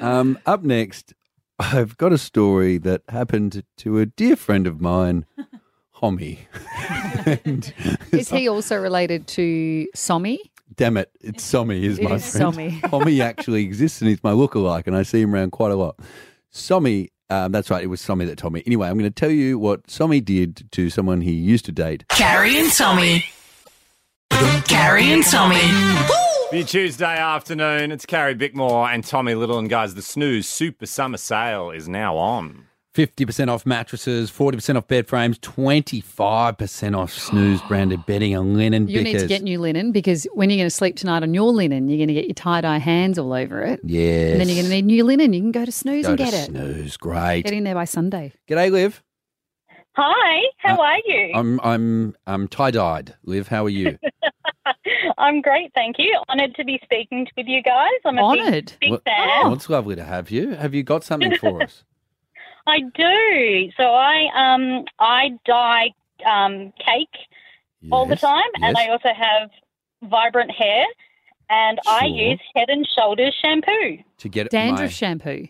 Speaker 6: Um, up next, I've got a story that happened to a dear friend of mine, Homie. and,
Speaker 5: is he also related to Sommy?
Speaker 6: damn it, it's Sommy is
Speaker 5: It
Speaker 6: my
Speaker 5: is
Speaker 6: friend.
Speaker 5: Sommy.
Speaker 6: Homie actually exists and he's my lookalike, and I see him around quite a lot. Sommy, um, that's right, it was Sommy that told me. Anyway, I'm going to tell you what Sommy did to someone he used to date
Speaker 2: Carrie and Tommy. Carrie and Tommy.
Speaker 1: Woo!
Speaker 4: Your Tuesday afternoon, it's Carrie Bickmore and Tommy Little. And guys, the Snooze Super Summer Sale is now on.
Speaker 6: 50% off mattresses, 40% off bed frames, 25% off snooze branded bedding and linen
Speaker 5: You need
Speaker 6: because
Speaker 5: to get new linen because when you're going to sleep tonight on your linen, you're going to get your tie dye hands all over it.
Speaker 6: Yes.
Speaker 5: And then you're going to need new linen. You can go to snooze
Speaker 6: Go
Speaker 5: and
Speaker 6: to
Speaker 5: get it.
Speaker 6: Snooze, great.
Speaker 5: Get in there by Sunday.
Speaker 6: G'day, Liv.
Speaker 12: Hi, how
Speaker 6: Uh,
Speaker 12: are you? I'm,
Speaker 6: I'm I'm I'm tie dyed. Liv, how are you? uh,
Speaker 12: great, thank you. Honoured to be speaking with you guys. I'm a
Speaker 6: Honoured.
Speaker 12: big, big
Speaker 6: Well, oh.
Speaker 12: fan.
Speaker 6: well, it's lovely to have you. Have you got something for us?
Speaker 12: I do. So I um I dye um, cake all the
Speaker 6: Yes,
Speaker 12: time, and
Speaker 6: yes.
Speaker 12: I also have vibrant hair, and I
Speaker 6: Sure.
Speaker 12: use Head and Shoulders shampoo.
Speaker 6: To get my,
Speaker 5: shampoo.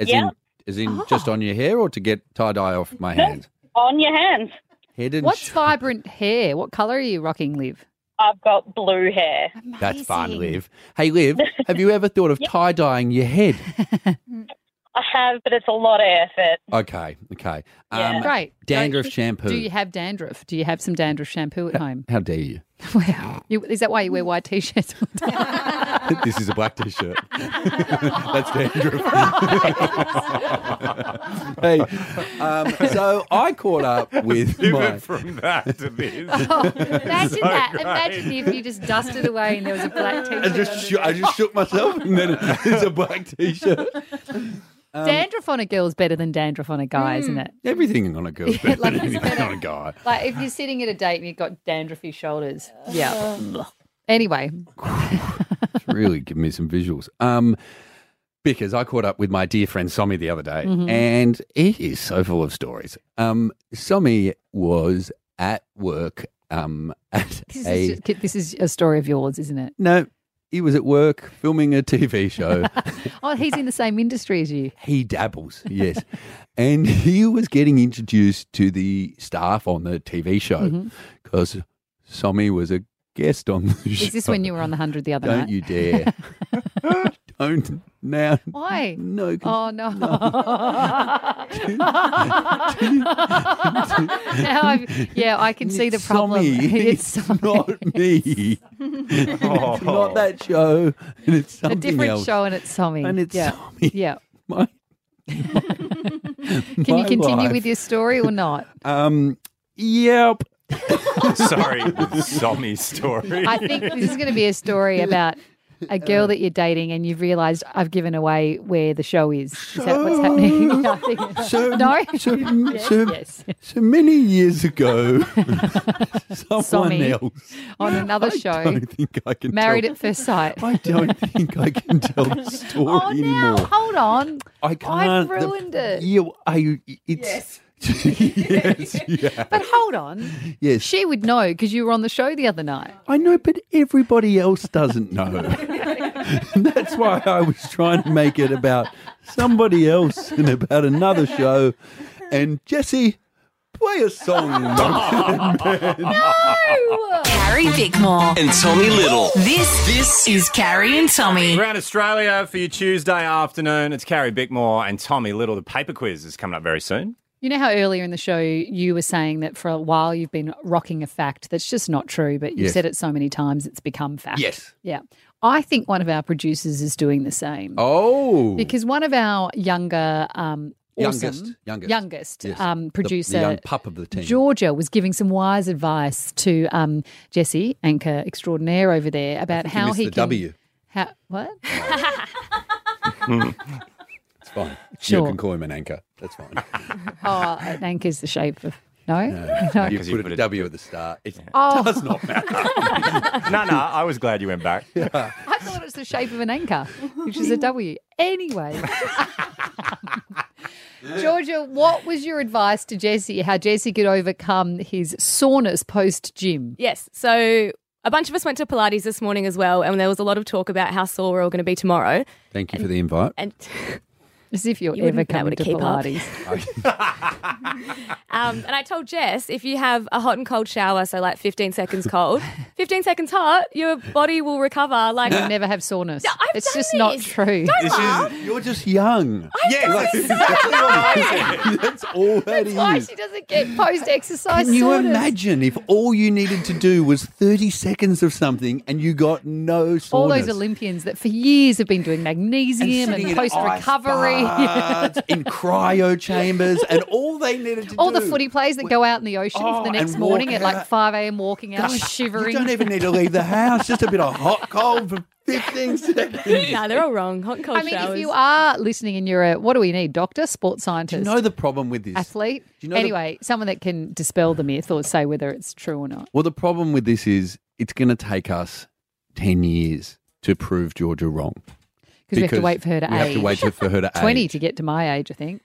Speaker 6: as
Speaker 12: yeah.
Speaker 6: in as in just on your hair or to get tie dye off my hand?
Speaker 12: On your hands.
Speaker 6: Head and
Speaker 5: What's vibrant hair? What colour are you rocking, Liv?
Speaker 12: I've got blue hair.
Speaker 6: That's fun, Liv. Hey Liv, have you ever thought of tie dyeing your head?
Speaker 12: I have, but it's a lot of effort.
Speaker 6: Okay, okay. Um,
Speaker 5: Great.
Speaker 6: Dandruff
Speaker 5: Great.
Speaker 6: shampoo.
Speaker 5: Do you have dandruff? Do you have some dandruff shampoo at home?
Speaker 6: How dare you?
Speaker 5: You, is that why you wear white t shirts?
Speaker 6: this is a black t-shirt. That's dandruff. hey, um, so I caught up with
Speaker 4: Even
Speaker 6: my...
Speaker 4: from that to this.
Speaker 5: imagine
Speaker 6: So
Speaker 5: that.
Speaker 6: great.
Speaker 5: Imagine if you just dusted away and there was a black t
Speaker 6: I just shoo- I just shook myself, and then it's a black t-shirt. Um,
Speaker 5: dandruff on a girl is better than dandruff on a guy, isn't it?
Speaker 6: Everything on a girl's better
Speaker 5: like
Speaker 6: than anything on a guy.
Speaker 5: Like if you're sitting at a date and you've got dandruffy shoulders. Yeah. Anyway,
Speaker 6: It's really give me some visuals. Um, because I caught up with my dear friend Sommy the other day,
Speaker 5: Mm-hmm.
Speaker 13: Mhm.
Speaker 6: and it is so full of stories. Um, Sommy was at work. Um, at
Speaker 5: this
Speaker 6: a,
Speaker 5: is, just- this is a story of yours, isn't it?
Speaker 6: no, he was at work filming a TV show.
Speaker 5: Oh, he's in the same industry as you.
Speaker 6: he dabbles, yes, and he was getting introduced to the staff on the TV show
Speaker 5: Mhm.
Speaker 6: because Sommy was a guest on the show.
Speaker 5: Is this when you were on the 100 the other
Speaker 6: Don't
Speaker 5: night?
Speaker 6: you dare! Don't now.
Speaker 5: Why?
Speaker 6: No.
Speaker 5: Oh, no. now I'm, yeah, I can see the problem. It's
Speaker 6: not me. it's
Speaker 4: Oh.
Speaker 6: not that show. And it's
Speaker 5: a
Speaker 6: something
Speaker 5: different
Speaker 6: else.
Speaker 5: show and it's Sommy.
Speaker 6: And it's
Speaker 5: yeah.
Speaker 6: Sommy.
Speaker 5: Yeah.
Speaker 6: My-
Speaker 5: Can you
Speaker 6: my
Speaker 5: continue
Speaker 6: life.
Speaker 5: with your story or not?
Speaker 6: Um. Yep.
Speaker 4: Oh, Sorry, Sommy story.
Speaker 5: I think this is going to be a story about a girl that you're dating and you've realised I've given away where the show is. Is that what's happening? No, I think-
Speaker 6: So,
Speaker 5: no?
Speaker 6: so,
Speaker 5: Yes,
Speaker 6: so,
Speaker 5: yes.
Speaker 6: so many years ago, someone
Speaker 5: Sommy
Speaker 6: else.
Speaker 5: on another
Speaker 6: I
Speaker 5: show,
Speaker 6: don't think I can.
Speaker 5: married
Speaker 6: tell,
Speaker 5: at first sight.
Speaker 6: I don't think I can tell the story
Speaker 5: Oh, now,
Speaker 6: anymore.
Speaker 5: hold on.
Speaker 6: I
Speaker 5: I've
Speaker 6: can't. the-
Speaker 5: ruined it.
Speaker 6: You, I, it's, yes. yes, yeah.
Speaker 5: But hold on.
Speaker 6: Yes.
Speaker 5: She would know because you were on the show the other night.
Speaker 6: I know, but everybody else doesn't know. And that's why I was trying to make it about somebody else and about another show. And Jesse, play a song.
Speaker 2: Carrie Bickmore.
Speaker 4: And Tommy Little.
Speaker 2: This this is Carrie and Tommy.
Speaker 4: Around Australia for your Tuesday afternoon, it's Carrie Bickmore and Tommy Little. The paper quiz is coming up very soon.
Speaker 5: You know how earlier in the show you were saying that for a while you've been rocking a fact that's just not true, but you've
Speaker 6: Yes.
Speaker 5: said it so many times it's become fact.
Speaker 6: Yes.
Speaker 5: Yeah. I think one of our producers is doing the same.
Speaker 6: Oh.
Speaker 5: Because one of our younger, um,
Speaker 6: Youngest,
Speaker 5: awesome-
Speaker 6: youngest.
Speaker 5: youngest,
Speaker 6: Yes. The-
Speaker 5: um,
Speaker 6: the
Speaker 5: producer,
Speaker 6: young pup of the team.
Speaker 5: Georgia was giving some wise advice to um, Jesse, anchor extraordinaire over there, about
Speaker 6: you
Speaker 5: how
Speaker 6: missed
Speaker 5: he
Speaker 6: the
Speaker 5: can.
Speaker 6: W.
Speaker 5: How, what?
Speaker 6: it's fine.
Speaker 5: Sure.
Speaker 6: You can call him an anchor. That's fine.
Speaker 5: oh, an anchor's the shape of. No?
Speaker 6: You put, a W at the start. It
Speaker 5: Oh.
Speaker 6: does not matter.
Speaker 4: no, no, I was glad you went back.
Speaker 5: I thought it was the shape of an anchor, which is a W. Anyway, Georgia, what was your advice to Jesse? How Jesse could overcome his soreness post gym?
Speaker 14: Yes. So a bunch of us went to Pilates this morning as well, and there was a lot of talk about how sore we're all going to be tomorrow.
Speaker 6: Thank you for the invite.
Speaker 14: And
Speaker 5: As if you're
Speaker 14: You
Speaker 5: ever
Speaker 14: wouldn't be able
Speaker 5: coming
Speaker 14: to
Speaker 5: to,
Speaker 14: keep up.
Speaker 5: Pilates.
Speaker 14: Um, and I told Jess, if you have a hot and cold shower, so like 15 seconds cold, 15 seconds hot, your body will recover. Like
Speaker 5: You never have soreness.
Speaker 14: I've
Speaker 5: it's
Speaker 14: done
Speaker 5: just not
Speaker 14: this.
Speaker 5: true.
Speaker 14: Don't
Speaker 6: This
Speaker 14: laugh.
Speaker 6: is, you're just young.
Speaker 5: Yes,
Speaker 6: Like,
Speaker 5: that's exactly what I
Speaker 6: That's all that is.
Speaker 5: Why she doesn't get post exercise?
Speaker 6: Can you
Speaker 5: soreness?
Speaker 6: imagine if all you needed to do was 30 seconds of something and you got no soreness?
Speaker 5: All those Olympians that for years have been doing
Speaker 6: And
Speaker 5: magnesium and,
Speaker 6: sitting in
Speaker 5: post recovery.
Speaker 6: baths, in cryo chambers and all they needed to
Speaker 5: All
Speaker 6: do.
Speaker 5: the footy players that go out in the ocean
Speaker 6: Oh,
Speaker 5: the
Speaker 6: and
Speaker 5: next
Speaker 6: walk
Speaker 5: morning at like
Speaker 6: out.
Speaker 5: 5 a.m. walking out,
Speaker 6: Gosh,
Speaker 5: shivering.
Speaker 6: You don't even need to leave the house. Just a bit of hot, cold for 15 seconds.
Speaker 14: Nah, they're all wrong. Hot and cold
Speaker 5: I mean,
Speaker 14: showers.
Speaker 5: if you are listening and you're a, what do we need? Doctor, sports
Speaker 6: Do you
Speaker 5: scientist,
Speaker 6: know the problem with this?
Speaker 5: athlete?
Speaker 6: you know the-
Speaker 5: anyway, someone that can dispel the myth or say whether it's true or not.
Speaker 6: Well, the problem with this is it's going to take us 10 years to prove Georgia wrong.
Speaker 5: 'Cause we have to wait for her to
Speaker 6: we have to
Speaker 5: age.
Speaker 6: wait to- for her to
Speaker 5: 20
Speaker 6: age.
Speaker 5: to get to my age, I think.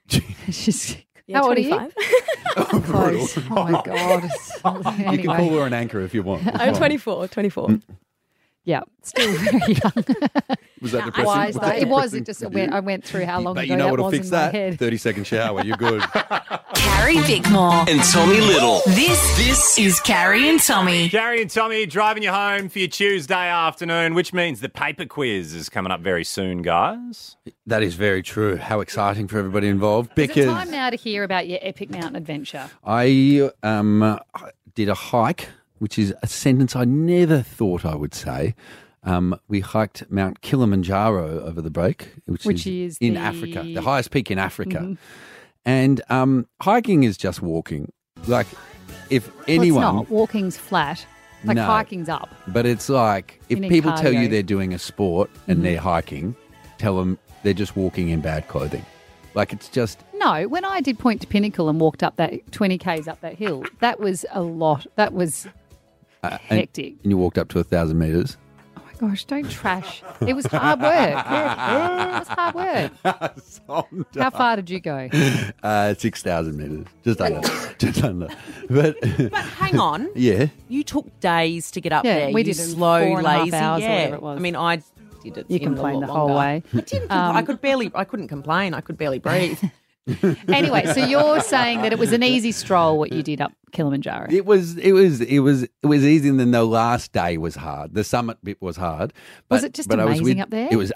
Speaker 5: She's,
Speaker 14: Yeah,
Speaker 5: how old are you?
Speaker 14: 25.
Speaker 5: Close. Oh, my God.
Speaker 6: You can call her an anchor if you want. It's
Speaker 14: I'm
Speaker 6: fine.
Speaker 14: 24, 24.
Speaker 6: mm,
Speaker 5: Yeah, still very young.
Speaker 6: Was that depressing?
Speaker 5: Why is
Speaker 6: Was
Speaker 5: that? It was.
Speaker 6: depressing
Speaker 5: It just
Speaker 6: for
Speaker 5: I went,
Speaker 6: you?
Speaker 5: I went through how long
Speaker 6: But
Speaker 5: ago
Speaker 6: you know
Speaker 5: that
Speaker 6: what'll
Speaker 5: was
Speaker 6: fix
Speaker 5: in my
Speaker 6: that?
Speaker 5: head.
Speaker 6: 30 second shower. You're good.
Speaker 2: Carrie Bickmore
Speaker 4: And Tommy Little.
Speaker 2: This this is Carrie and Tommy.
Speaker 4: Gary and Tommy driving you home for your Tuesday afternoon, which means the paper quiz is coming up very soon, guys.
Speaker 6: that is very true. How exciting for everybody involved.
Speaker 5: Is it
Speaker 6: Because
Speaker 5: time now to hear about your epic mountain adventure?
Speaker 6: I um, did a hike, which is a sentence I never thought I would say. Um, we hiked Mount Kilimanjaro over the break, which,
Speaker 5: Which is
Speaker 6: in
Speaker 5: the-
Speaker 6: Africa, the highest peak in Africa.
Speaker 5: Mhm.
Speaker 6: And um, hiking is just walking. Like, if anyone.
Speaker 5: well, it's not. walking's flat. Like
Speaker 6: No.
Speaker 5: hiking's up.
Speaker 6: But it's like
Speaker 5: You
Speaker 6: if
Speaker 5: need
Speaker 6: people tell you
Speaker 5: cardio.
Speaker 6: they're doing a sport and
Speaker 5: Mhm.
Speaker 6: they're hiking, tell them they're just walking in bad clothing. Like it's just
Speaker 5: No, when I did Point to Pinnacle and walked up that twenty k's up that hill, that was a lot. That was
Speaker 6: uh, and-
Speaker 5: hectic.
Speaker 6: And, you walked up to a thousand meters.
Speaker 5: Oh my gosh, don't trash. It was hard work. it was hard work.
Speaker 13: Oh,
Speaker 5: How far did you go?
Speaker 6: Uh, six thousand meters, just under, just under. But
Speaker 13: Hang on.
Speaker 6: yeah,
Speaker 13: You took days to get up
Speaker 5: Yeah,
Speaker 13: there.
Speaker 5: we
Speaker 13: you
Speaker 5: did it in
Speaker 13: slow,
Speaker 5: four and a half
Speaker 13: lazy.
Speaker 5: hours or
Speaker 13: yeah.
Speaker 5: whatever it was.
Speaker 13: I mean, I did it.
Speaker 5: You
Speaker 13: in a
Speaker 5: complained
Speaker 13: lot
Speaker 5: the whole
Speaker 13: longer.
Speaker 5: way.
Speaker 13: I didn't. compl-
Speaker 5: Um,
Speaker 13: I could barely. I couldn't complain. I could barely breathe.
Speaker 5: Anyway, so you're saying that it was an easy stroll what you did up Kilimanjaro.
Speaker 6: it was, it was, it was, it was easy. And then the last day was hard. The summit bit was hard.
Speaker 5: Was it just
Speaker 6: I was
Speaker 5: amazing up there?
Speaker 6: It was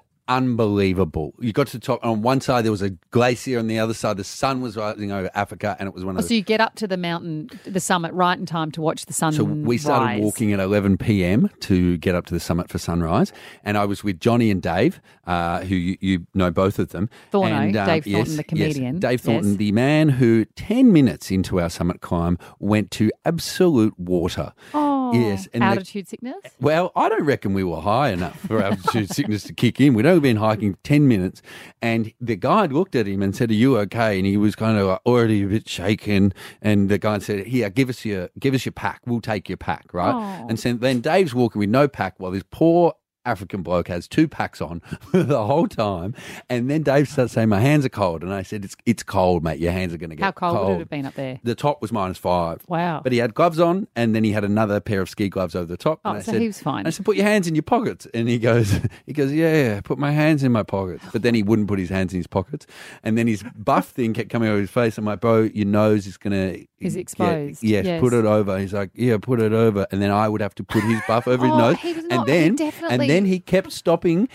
Speaker 6: unbelievable. You got to the top. On one side there was a glacier, on the other side the sun was rising over Africa, and it was one
Speaker 5: Oh,
Speaker 6: of the
Speaker 5: so you get up to the mountain, the summit, right in time to watch the sun.
Speaker 6: So we started
Speaker 5: rise.
Speaker 6: walking at 11 p.m. to get up to the summit for sunrise, and I was with Johnny and Dave, uh, who you, you know both of them.
Speaker 5: Thorno,
Speaker 6: and, uh,
Speaker 5: Dave Thornton, the comedian.
Speaker 6: Yes, Dave Thornton,
Speaker 5: Yes.
Speaker 6: the man who 10 minutes into our summit climb went to absolute water.
Speaker 5: Oh,
Speaker 6: yes, and the-
Speaker 5: altitude sickness.
Speaker 6: well, I don't reckon we were high enough for altitude sickness to kick in. We'd only been hiking 10 minutes. And the guide looked at him and said, Are you okay? And he was kind of like, already a bit shaken. And the guide said, Here, give us your, give us your pack. We'll take your pack, right?
Speaker 15: Aw.
Speaker 6: And so then Dave's walking with no pack while this poor African bloke has two packs on the whole time. And then Dave starts saying, My hands are cold. And I said, It's, it's cold, mate. Your hands are going to get
Speaker 5: How cold, would it have been up there?
Speaker 6: The top was minus five.
Speaker 5: Wow.
Speaker 6: But he had gloves on, and then he had another pair of ski gloves over the top.
Speaker 5: Oh,
Speaker 6: and I
Speaker 5: so
Speaker 6: said,
Speaker 5: he was fine.
Speaker 6: I said, "Put your hands in your pockets," and he goes, "He goes, yeah, yeah, put my hands in my pockets." But then he wouldn't put his hands in his pockets, and then his buff thing kept coming over his face. I'm like, "Bro, your nose is gonna
Speaker 5: Is
Speaker 6: get-
Speaker 5: exposed.
Speaker 6: yes,
Speaker 5: Yes.
Speaker 6: put it over." He's like, "Yeah, put it over," and then I would have to put his buff over his
Speaker 5: Oh,
Speaker 6: nose,
Speaker 5: he was
Speaker 6: and
Speaker 5: not- he
Speaker 6: then
Speaker 5: definitely-
Speaker 6: and then he kept stopping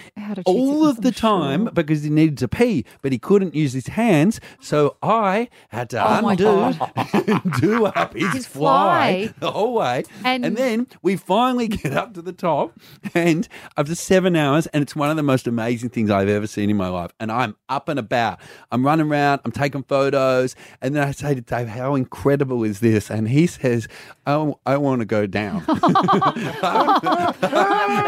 Speaker 6: all of the time because he needed to pee, but he couldn't use his hands, so I had to
Speaker 5: Oh, my God.
Speaker 6: undo do up his,
Speaker 5: His
Speaker 6: fly,
Speaker 5: fly.
Speaker 6: the whole way.
Speaker 5: And-
Speaker 6: And, then we finally get up to the top and after seven hours, and it's one of the most amazing things I've ever seen in my life. And I'm up and about. I'm running around, I'm taking photos, and then I say to Dave, How incredible is this? And he says, Oh, I want to go down.
Speaker 5: I'm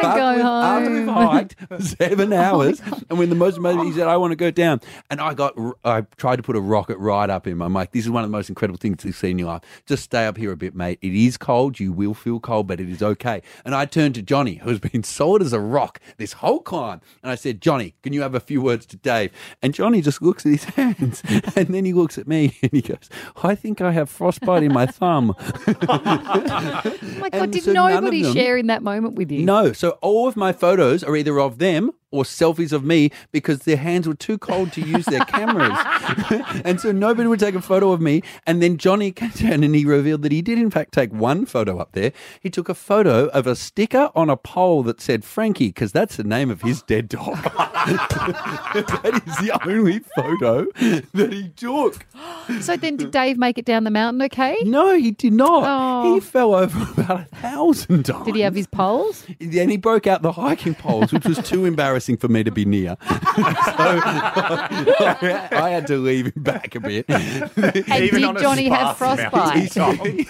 Speaker 5: gonna go
Speaker 6: After we've
Speaker 5: home. Oh
Speaker 6: hiked for seven hours, and when the most amazing, he said, "I want to go down," and I got, r- I tried to put a rocket right up him. I'm like, "This is one of the most incredible things you've seen in your life. Just stay up here a bit, mate. It is cold. You will feel cold, but it is okay." And I turned to Johnny, who has been solid as a rock this whole climb, and I said, "Johnny, can you have a few words to Dave?" And Johnny just looks at his hands, and then he looks at me, and he goes, "I think I have frostbite in my thumb."
Speaker 5: Oh my god!
Speaker 6: And
Speaker 5: Did
Speaker 6: so none of
Speaker 5: nobody
Speaker 6: them-
Speaker 5: share in that moment with you?
Speaker 6: No, so all of my my photos are either of them or selfies of me because their hands were too cold to use their cameras. and so nobody would take a photo of me. And then Johnny came down and he revealed that he did, in fact, take one photo up there. He took a photo of a sticker on a pole that said Frankie, because that's the name of his dead dog. that is the only photo that he took.
Speaker 5: So then, did Dave make it down the mountain? Okay.
Speaker 6: No, he did not. He fell over about a thousand times.
Speaker 5: Oh. Did he have his poles?
Speaker 6: Then he broke out the hiking poles, which was too embarrassing for me to be near. so I, had to leave him back a bit.
Speaker 5: And Even did on a Johnny have spa frostbite? mountain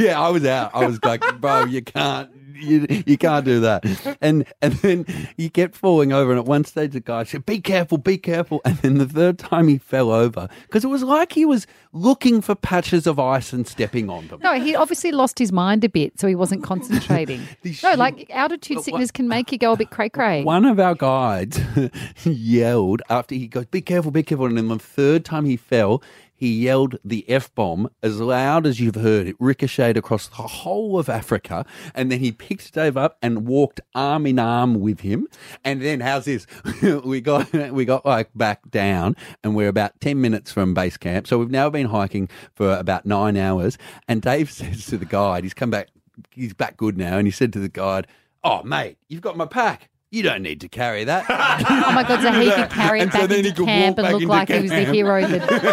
Speaker 6: yeah, I was out. I was like, bro, you can't. You, you can't do that. And and then he kept falling over. And at one stage, the guy said, Be careful, be careful. And then the third time he fell over because it was like he was looking for patches of ice and stepping on them.
Speaker 5: No, he obviously lost his mind a bit, so he wasn't concentrating. no, like altitude
Speaker 6: But
Speaker 5: sickness can make you go a bit cray cray.
Speaker 6: One of our guides yelled after he goes, Be careful, be careful. And then the third time he fell, he yelled the F bomb as loud as you've heard. It ricocheted across the whole of Africa. And then he picked Dave up and walked arm in arm with him. And then, how's this? we got we got like back down and we're about 10 minutes from base camp. So we've now been hiking for about nine hours. And Dave says to the guide, he's come back, he's back good now. And he said to the guide, Oh, mate, you've got my pack. You don't need to carry that. oh
Speaker 5: my God, so he could carry it
Speaker 6: and so
Speaker 5: back
Speaker 6: then
Speaker 5: into
Speaker 6: he could
Speaker 5: camp
Speaker 6: walk
Speaker 5: and
Speaker 6: back
Speaker 5: look
Speaker 6: into
Speaker 5: like he was the
Speaker 6: camp.
Speaker 5: hero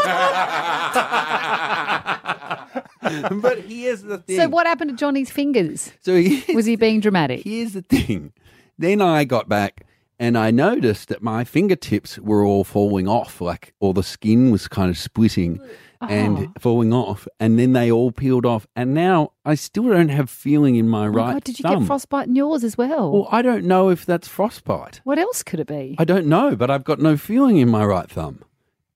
Speaker 6: but here's the thing.
Speaker 5: So what happened to Johnny's fingers?
Speaker 6: So he,
Speaker 5: was he being dramatic?
Speaker 6: Here's the thing. Then I got back and I noticed that my fingertips were all falling off, like all the skin was kind of splitting
Speaker 5: Uh-huh.
Speaker 6: and falling off. And then they all peeled off. And now I still don't have feeling in my right
Speaker 5: Oh did you
Speaker 6: thumb.
Speaker 5: get frostbite in yours as well?
Speaker 6: Well, I don't know if that's frostbite.
Speaker 5: what else could it be?
Speaker 6: I don't know, but I've got no feeling in my right thumb.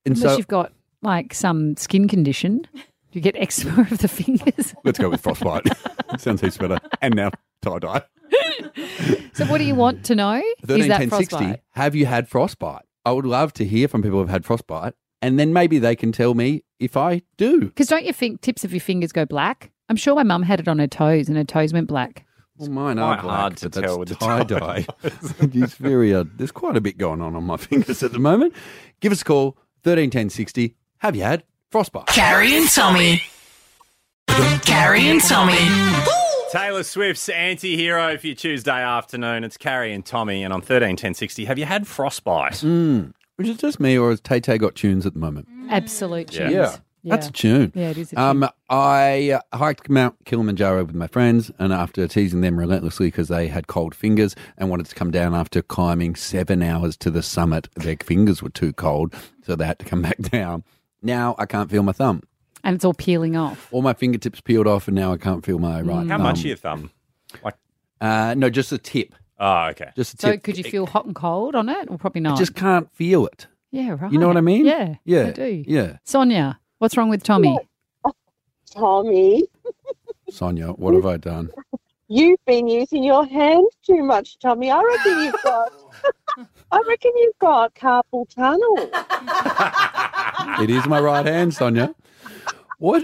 Speaker 6: And
Speaker 5: Unless
Speaker 6: so
Speaker 5: you've got like some skin condition. Do you get eczema of the fingers?
Speaker 6: let's go with frostbite. Sounds heaps better. And now tie dye.
Speaker 5: So what do you want to know? Is that frostbite?
Speaker 6: Have you had frostbite? I would love to hear from people who've had frostbite, and then maybe they can tell me if I do.
Speaker 5: Because don't your fin- tips of your fingers go black? I'm sure my mum had it on her toes and her toes went black.
Speaker 6: Well, mine
Speaker 4: quite
Speaker 6: are black,
Speaker 4: hard to
Speaker 6: but that's
Speaker 4: tell with the
Speaker 6: tie dye. it's very. Uh, there's quite a bit going on on my fingers at the moment. Give us a call thirteen ten sixty. Have you had frostbite?
Speaker 1: Carrie and Tommy. Carrie and Tommy.
Speaker 4: Taylor Swift's anti hero for your Tuesday afternoon. It's Carrie and Tommy, and on 131060. Have you had frostbite?
Speaker 6: Mm. Which is just me, or has Tay Tay got tunes at the moment?
Speaker 5: Absolute
Speaker 6: Yeah.
Speaker 5: tunes.
Speaker 6: Yeah. That's a tune.
Speaker 5: Yeah, it is a tune.
Speaker 6: Um, I uh, hiked Mount Kilimanjaro with my friends, and after teasing them relentlessly because they had cold fingers and wanted to come down after climbing seven hours to the summit, their fingers were too cold, so they had to come back down. Now I can't feel my thumb.
Speaker 5: and it's all peeling off.
Speaker 6: All my fingertips peeled off, and now I can't feel my
Speaker 5: Mm.
Speaker 6: right.
Speaker 4: How much of
Speaker 6: thumb.
Speaker 4: your thumb? Like,
Speaker 6: Uh, no, just the tip.
Speaker 4: Oh, okay.
Speaker 6: Just the
Speaker 5: So
Speaker 6: tip.
Speaker 5: could you feel hot and cold on it? Well, probably
Speaker 6: I
Speaker 5: not.
Speaker 6: just can't feel it.
Speaker 5: yeah, right.
Speaker 6: You know what I mean?
Speaker 5: Oh, Yeah.
Speaker 6: Yeah.
Speaker 5: I do.
Speaker 6: Yeah.
Speaker 5: Sonia, what's wrong with Tommy?
Speaker 15: Tommy,
Speaker 6: Sonia, what have I done?
Speaker 15: you've been using your hand too much, Tommy. I reckon you've got. I reckon you've got carpal tunnel.
Speaker 6: It is my right hand, Sonia. What?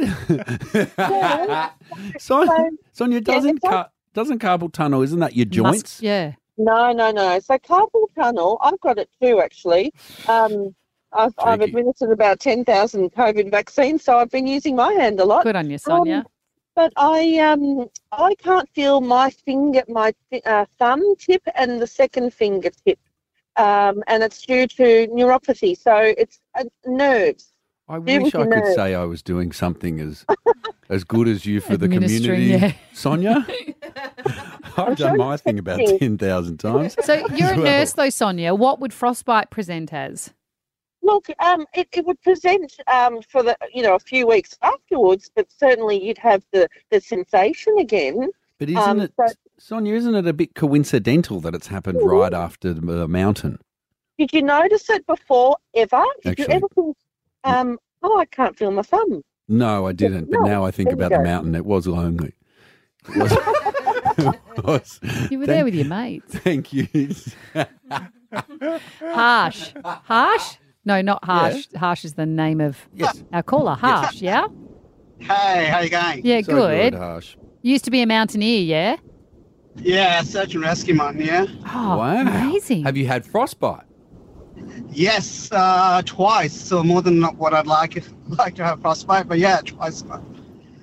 Speaker 6: Sonia, Sonia doesn't car- doesn't carpal tunnel? Isn't that your joints?
Speaker 5: yeah.
Speaker 15: No, no, no. So carpal tunnel, I've got it too, actually. Um, I've, I've administered about 10,000 COVID vaccines, so I've been using my hand a lot.
Speaker 5: Good on you, Sonia.
Speaker 15: Um, but I um I can't feel my finger, my uh, thumb tip, and the second fingertip, um, and it's due to neuropathy. So it's uh, nerves.
Speaker 6: I
Speaker 15: Do with
Speaker 6: wish I
Speaker 15: your
Speaker 6: could
Speaker 15: nerves.
Speaker 6: say I was doing something as as good as you for the
Speaker 5: Administering,
Speaker 6: community,
Speaker 5: yeah.
Speaker 6: Sonia. I've done my thing about ten
Speaker 5: expecting.
Speaker 6: thousand times.
Speaker 5: So you're
Speaker 6: as
Speaker 5: a
Speaker 6: well.
Speaker 5: nurse though, Sonia. What would frostbite present as?
Speaker 15: Look, um, it, it would present um, for the you know a few weeks afterwards, but certainly you'd have the, the sensation again.
Speaker 6: But isn't
Speaker 15: Um,
Speaker 6: it,
Speaker 15: so-
Speaker 6: Sonia? Isn't it a bit coincidental that it's happened right after the mountain?
Speaker 15: Did you notice it before ever? Did
Speaker 6: Actually-
Speaker 15: you ever think, um, oh, I can't feel my thumb?
Speaker 6: No, I didn't. But
Speaker 15: No,
Speaker 6: now I think
Speaker 15: there you
Speaker 6: about the
Speaker 15: go.
Speaker 6: mountain. It was lonely. It was. it was.
Speaker 5: You were
Speaker 6: Thank-
Speaker 5: there with your mates.
Speaker 6: Thank you.
Speaker 5: Harsh. Harsh? No, not harsh. Harsh is the name of our caller. Harsh, yeah?
Speaker 16: Hey, how you going?
Speaker 5: Yeah,
Speaker 6: So
Speaker 5: good.
Speaker 6: Harsh.
Speaker 5: You used to be a mountaineer, yeah?
Speaker 16: Yeah, search and rescue one, yeah.
Speaker 5: Oh,
Speaker 6: wow. Amazing. Have you had frostbite?
Speaker 16: Yes, uh, twice, so more than not what I'd like if like to have frostbite, but yeah, twice.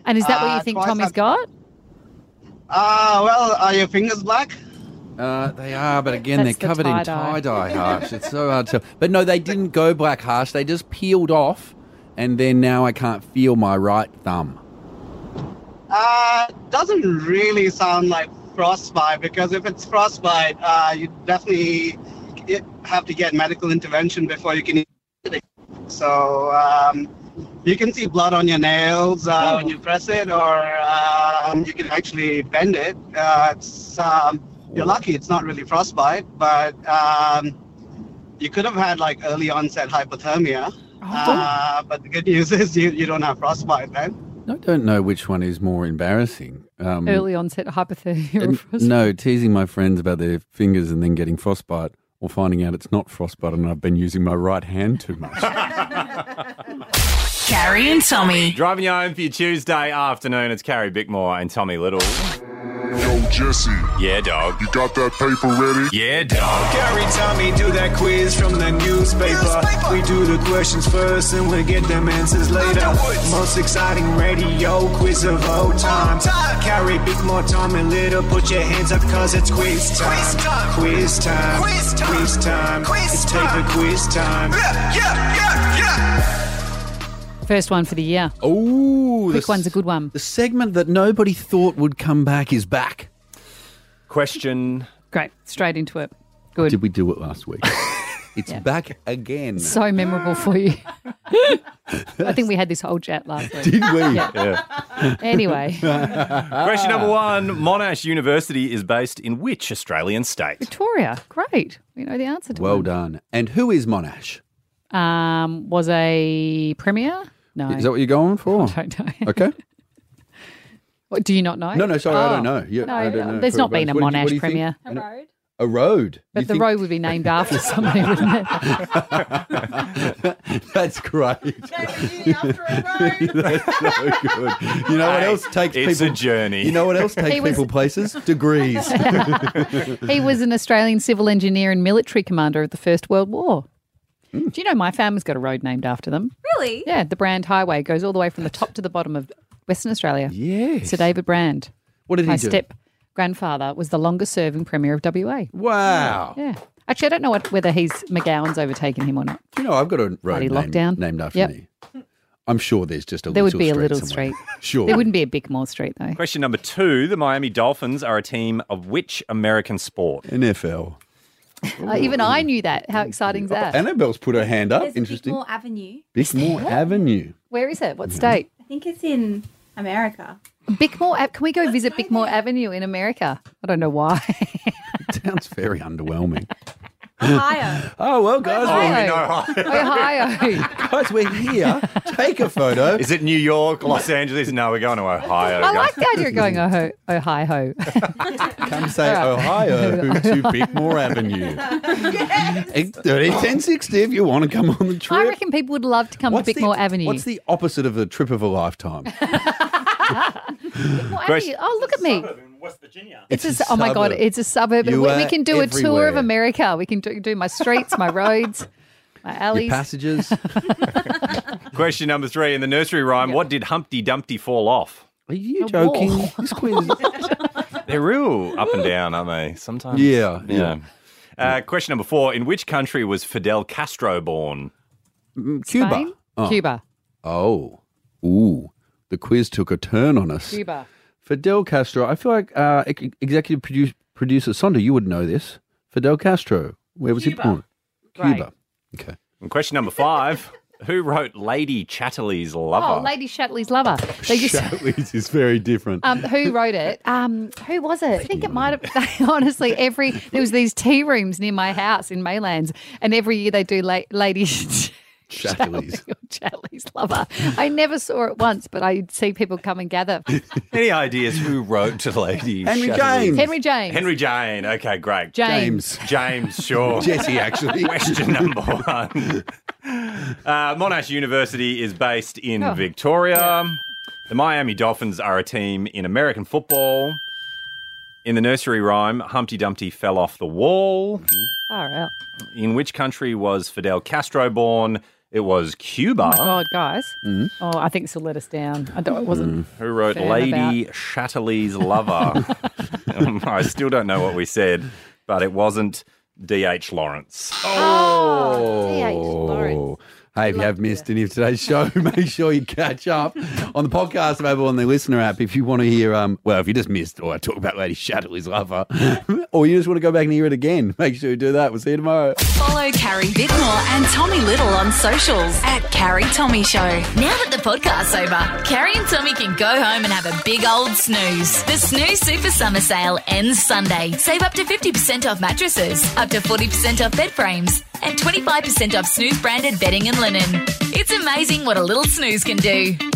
Speaker 5: And is that what
Speaker 16: Uh,
Speaker 5: you think
Speaker 16: twice
Speaker 5: Tommy's
Speaker 16: I've-
Speaker 5: got?
Speaker 16: Ah, well, are your fingers black?
Speaker 6: Uh, they are, but again,
Speaker 16: That's the
Speaker 6: they're covered in tie
Speaker 16: tie-dye.
Speaker 6: dye, Harsh. It's so hard to. But no, they didn't go black, Harsh. They just peeled off, and then now I can't feel my right thumb.
Speaker 16: Uh, doesn't really sound like frostbite because if it's frostbite, uh, you definitely get- have to get medical intervention before you can eat it. So um, you can see blood on your nails uh, when you press it, or um, you can actually bend it. Uh, it's, um, you're lucky it's not really frostbite, but um, you could have had like early onset hypothermia. Uh, but the good news is you, you don't have frostbite then.
Speaker 6: I don't know which one is more embarrassing. Um,
Speaker 5: Early onset hypothermia. or frostbite?
Speaker 6: No, teasing my friends about their fingers and then getting frostbite, or finding out it's not frostbite and I've been using my right hand too much.
Speaker 4: Carrie and Tommy. Driving you home for your Tuesday afternoon. It's Carrie Bickmore and Tommy Little. Yo, Jesse. Yeah, dog. You got that paper ready? Yeah, dog.
Speaker 17: Gary, Tommy, do that quiz from the newspaper. We do the questions first and we get them answers later. Most exciting radio quiz of all time. Carrie, big more Tom and Little, put your hands up cause it's quiz time. Quiz time. Quiz time. Quiz time. It's paper quiz time.
Speaker 5: First one for the year.
Speaker 6: Oh,
Speaker 5: quick one's a good one.
Speaker 6: The segment that nobody thought would come back is back.
Speaker 4: Question.
Speaker 5: Great, straight into it. Good.
Speaker 6: Did we do it last week? it's back again.
Speaker 5: So memorable for you. I think we had this whole chat last week.
Speaker 6: Did we?
Speaker 5: Yeah. Anyway,
Speaker 6: Ah.
Speaker 4: Question number one Monash University is based in which Australian state?
Speaker 5: Victoria, great. We know the answer to
Speaker 6: Well done. And who is Monash?
Speaker 5: it. Um, was a premier? No.
Speaker 6: Is that what you're going for?
Speaker 5: I don't know.
Speaker 6: Okay.
Speaker 5: What, do you not know?
Speaker 6: No, no, sorry, I don't
Speaker 5: Oh.
Speaker 6: know. Yeah,
Speaker 5: no,
Speaker 6: I don't know.
Speaker 5: there's
Speaker 6: Sorry,
Speaker 5: not been a
Speaker 6: guys. What do you- what do
Speaker 5: Monash
Speaker 6: you think?
Speaker 5: premier.
Speaker 6: A road. A road.
Speaker 5: But the road would be named after somebody, wouldn't it?
Speaker 6: That's great. That's so good. You know what
Speaker 4: Hey,
Speaker 6: else takes people?
Speaker 4: it's a journey.
Speaker 6: You know what else
Speaker 5: He
Speaker 6: takes
Speaker 5: was-
Speaker 6: people places? Degrees.
Speaker 5: He was an Australian civil engineer and military commander of the First World War. Do you know my family's got a road named after them?
Speaker 7: Really?
Speaker 5: Yeah, the Brand Highway goes all the way from the top to the bottom of Western Australia.
Speaker 6: Yes.
Speaker 5: Sir David Brand.
Speaker 6: What did he
Speaker 5: my
Speaker 6: do?
Speaker 5: step grandfather was the longest serving Premier of WA.
Speaker 6: Wow.
Speaker 5: Yeah. Actually, I don't know what, whether he's McGowan's overtaken him or not.
Speaker 6: Do you know I've got a road
Speaker 5: Bloody
Speaker 6: named,
Speaker 5: lockdown.
Speaker 6: named after
Speaker 5: Yep.
Speaker 6: me? I'm sure there's just a
Speaker 5: There would
Speaker 6: little
Speaker 5: be a
Speaker 6: street
Speaker 5: little
Speaker 6: somewhere.
Speaker 5: street.
Speaker 6: Sure.
Speaker 5: There wouldn't be a Bickmore Street, though.
Speaker 4: Question number two The Miami Dolphins are a team of which American sport?
Speaker 6: NFL.
Speaker 5: Uh, even I knew that. How exciting is that?
Speaker 6: Annabelle's put her hand up. oh, Interesting.
Speaker 7: More Avenue.
Speaker 6: Bickmore Avenue.
Speaker 5: Where is it? What state?
Speaker 7: I think it's in America.
Speaker 5: Bickmore. Ave- Can we go visit Bickmore Avenue in America? I don't know why.
Speaker 6: Sounds very underwhelming.
Speaker 7: Ohio.
Speaker 6: Oh well, guys.
Speaker 4: Ohio.
Speaker 6: we
Speaker 5: Oh,
Speaker 6: know
Speaker 5: Ohio.
Speaker 6: guys, we're here. Take a photo.
Speaker 4: Is it New York, Los Angeles? No, we're going to Ohio.
Speaker 5: I
Speaker 4: guys.
Speaker 5: like the idea of going oh, Ohio. Ohio.
Speaker 6: Come say Ohio to Bickmore Avenue. Eight thirty, ten sixty. If you want to come on the trip.
Speaker 5: I reckon people would love to come
Speaker 6: What's
Speaker 5: to Bickmore
Speaker 6: the,
Speaker 5: Avenue.
Speaker 6: What's the opposite of a trip of a lifetime?
Speaker 5: Bickmore
Speaker 6: Grace-
Speaker 5: Avenue? Oh, look at me. It's,
Speaker 6: It's
Speaker 5: a,
Speaker 6: a
Speaker 5: oh my god,
Speaker 6: suburb.
Speaker 5: it's a suburb. We,
Speaker 6: You
Speaker 5: we
Speaker 6: are
Speaker 5: can do a tour
Speaker 6: everywhere.
Speaker 5: of America. We can do, do my streets, my roads, my
Speaker 6: Your
Speaker 5: alleys.
Speaker 6: passages.
Speaker 4: Question number three in the nursery rhyme What did Humpty Dumpty fall off?
Speaker 6: Are you
Speaker 5: A
Speaker 6: joking?
Speaker 5: wall.
Speaker 6: This quiz.
Speaker 4: They're real up and down, aren't they? Sometimes.
Speaker 6: Yeah,
Speaker 4: Yeah. Uh, question number four In which country was Fidel Castro born?
Speaker 6: Mm, Cuba.
Speaker 5: Spain?
Speaker 6: Oh.
Speaker 5: Cuba.
Speaker 6: Oh. Ooh. The quiz took a turn on us.
Speaker 5: Cuba.
Speaker 6: Fidel Castro. I feel like uh, ex- executive produce, producer Sonda, you would know this. Fidel Castro. Where was he born?
Speaker 5: Right.
Speaker 6: Cuba. Okay.
Speaker 4: And question number five Who wrote Lady Chatterley's
Speaker 5: Oh,
Speaker 4: Lover?
Speaker 5: Lady Shatley's lover. They just-
Speaker 6: Charlie's is very different.
Speaker 5: um, who wrote it? Um, who was it? I think it might have. Honestly, every there was these tea rooms near my house in Maylands, and every year they do la- Lady
Speaker 6: Chatterley's.
Speaker 5: Chatley's lover. I never saw it once, but I'd see people come and gather.
Speaker 4: Any ideas who wrote to Lady
Speaker 5: Henry
Speaker 4: Chatterley's-
Speaker 5: James. Henry James.
Speaker 4: Henry Jane. Okay, great.
Speaker 5: James.
Speaker 4: James, sure.
Speaker 6: Jesse, actually.
Speaker 4: Question number one. Uh, Monash University is based in
Speaker 5: Oh.
Speaker 4: Victoria. The Miami Dolphins are a team in American football. In the nursery rhyme, Humpty Dumpty fell off the wall.
Speaker 6: Mm-hmm.
Speaker 13: Far out.
Speaker 4: In which country was Fidel Castro born? It was Cuba.
Speaker 5: Oh, God, guys. Oh, I think this will let us down. I don't, it wasn't.
Speaker 4: Who wrote
Speaker 5: Fair
Speaker 4: Lady Chatterley's Lover? Um, I still don't know what we said, but it wasn't D.H. Lawrence.
Speaker 6: Oh, hey, if you have missed any of today's show, make sure you catch up on the podcast available on the listener app. If you want to hear, um, well, if you just missed or I talk about Lady Shatterley's lover, or you just want to go back and hear it again, make sure you do that. We'll see you tomorrow.
Speaker 2: Follow Carrie Bickmore and Tommy Little on socials at Carrie Tommy Show. Now that the podcast's over, Carrie and Tommy can go home and have a big old snooze. The Snooze Super Summer Sale ends Sunday. Save up to 50% off mattresses, up to 40% off bed frames, and 25% off Snooze branded bedding and linen. It's amazing what a little snooze can do.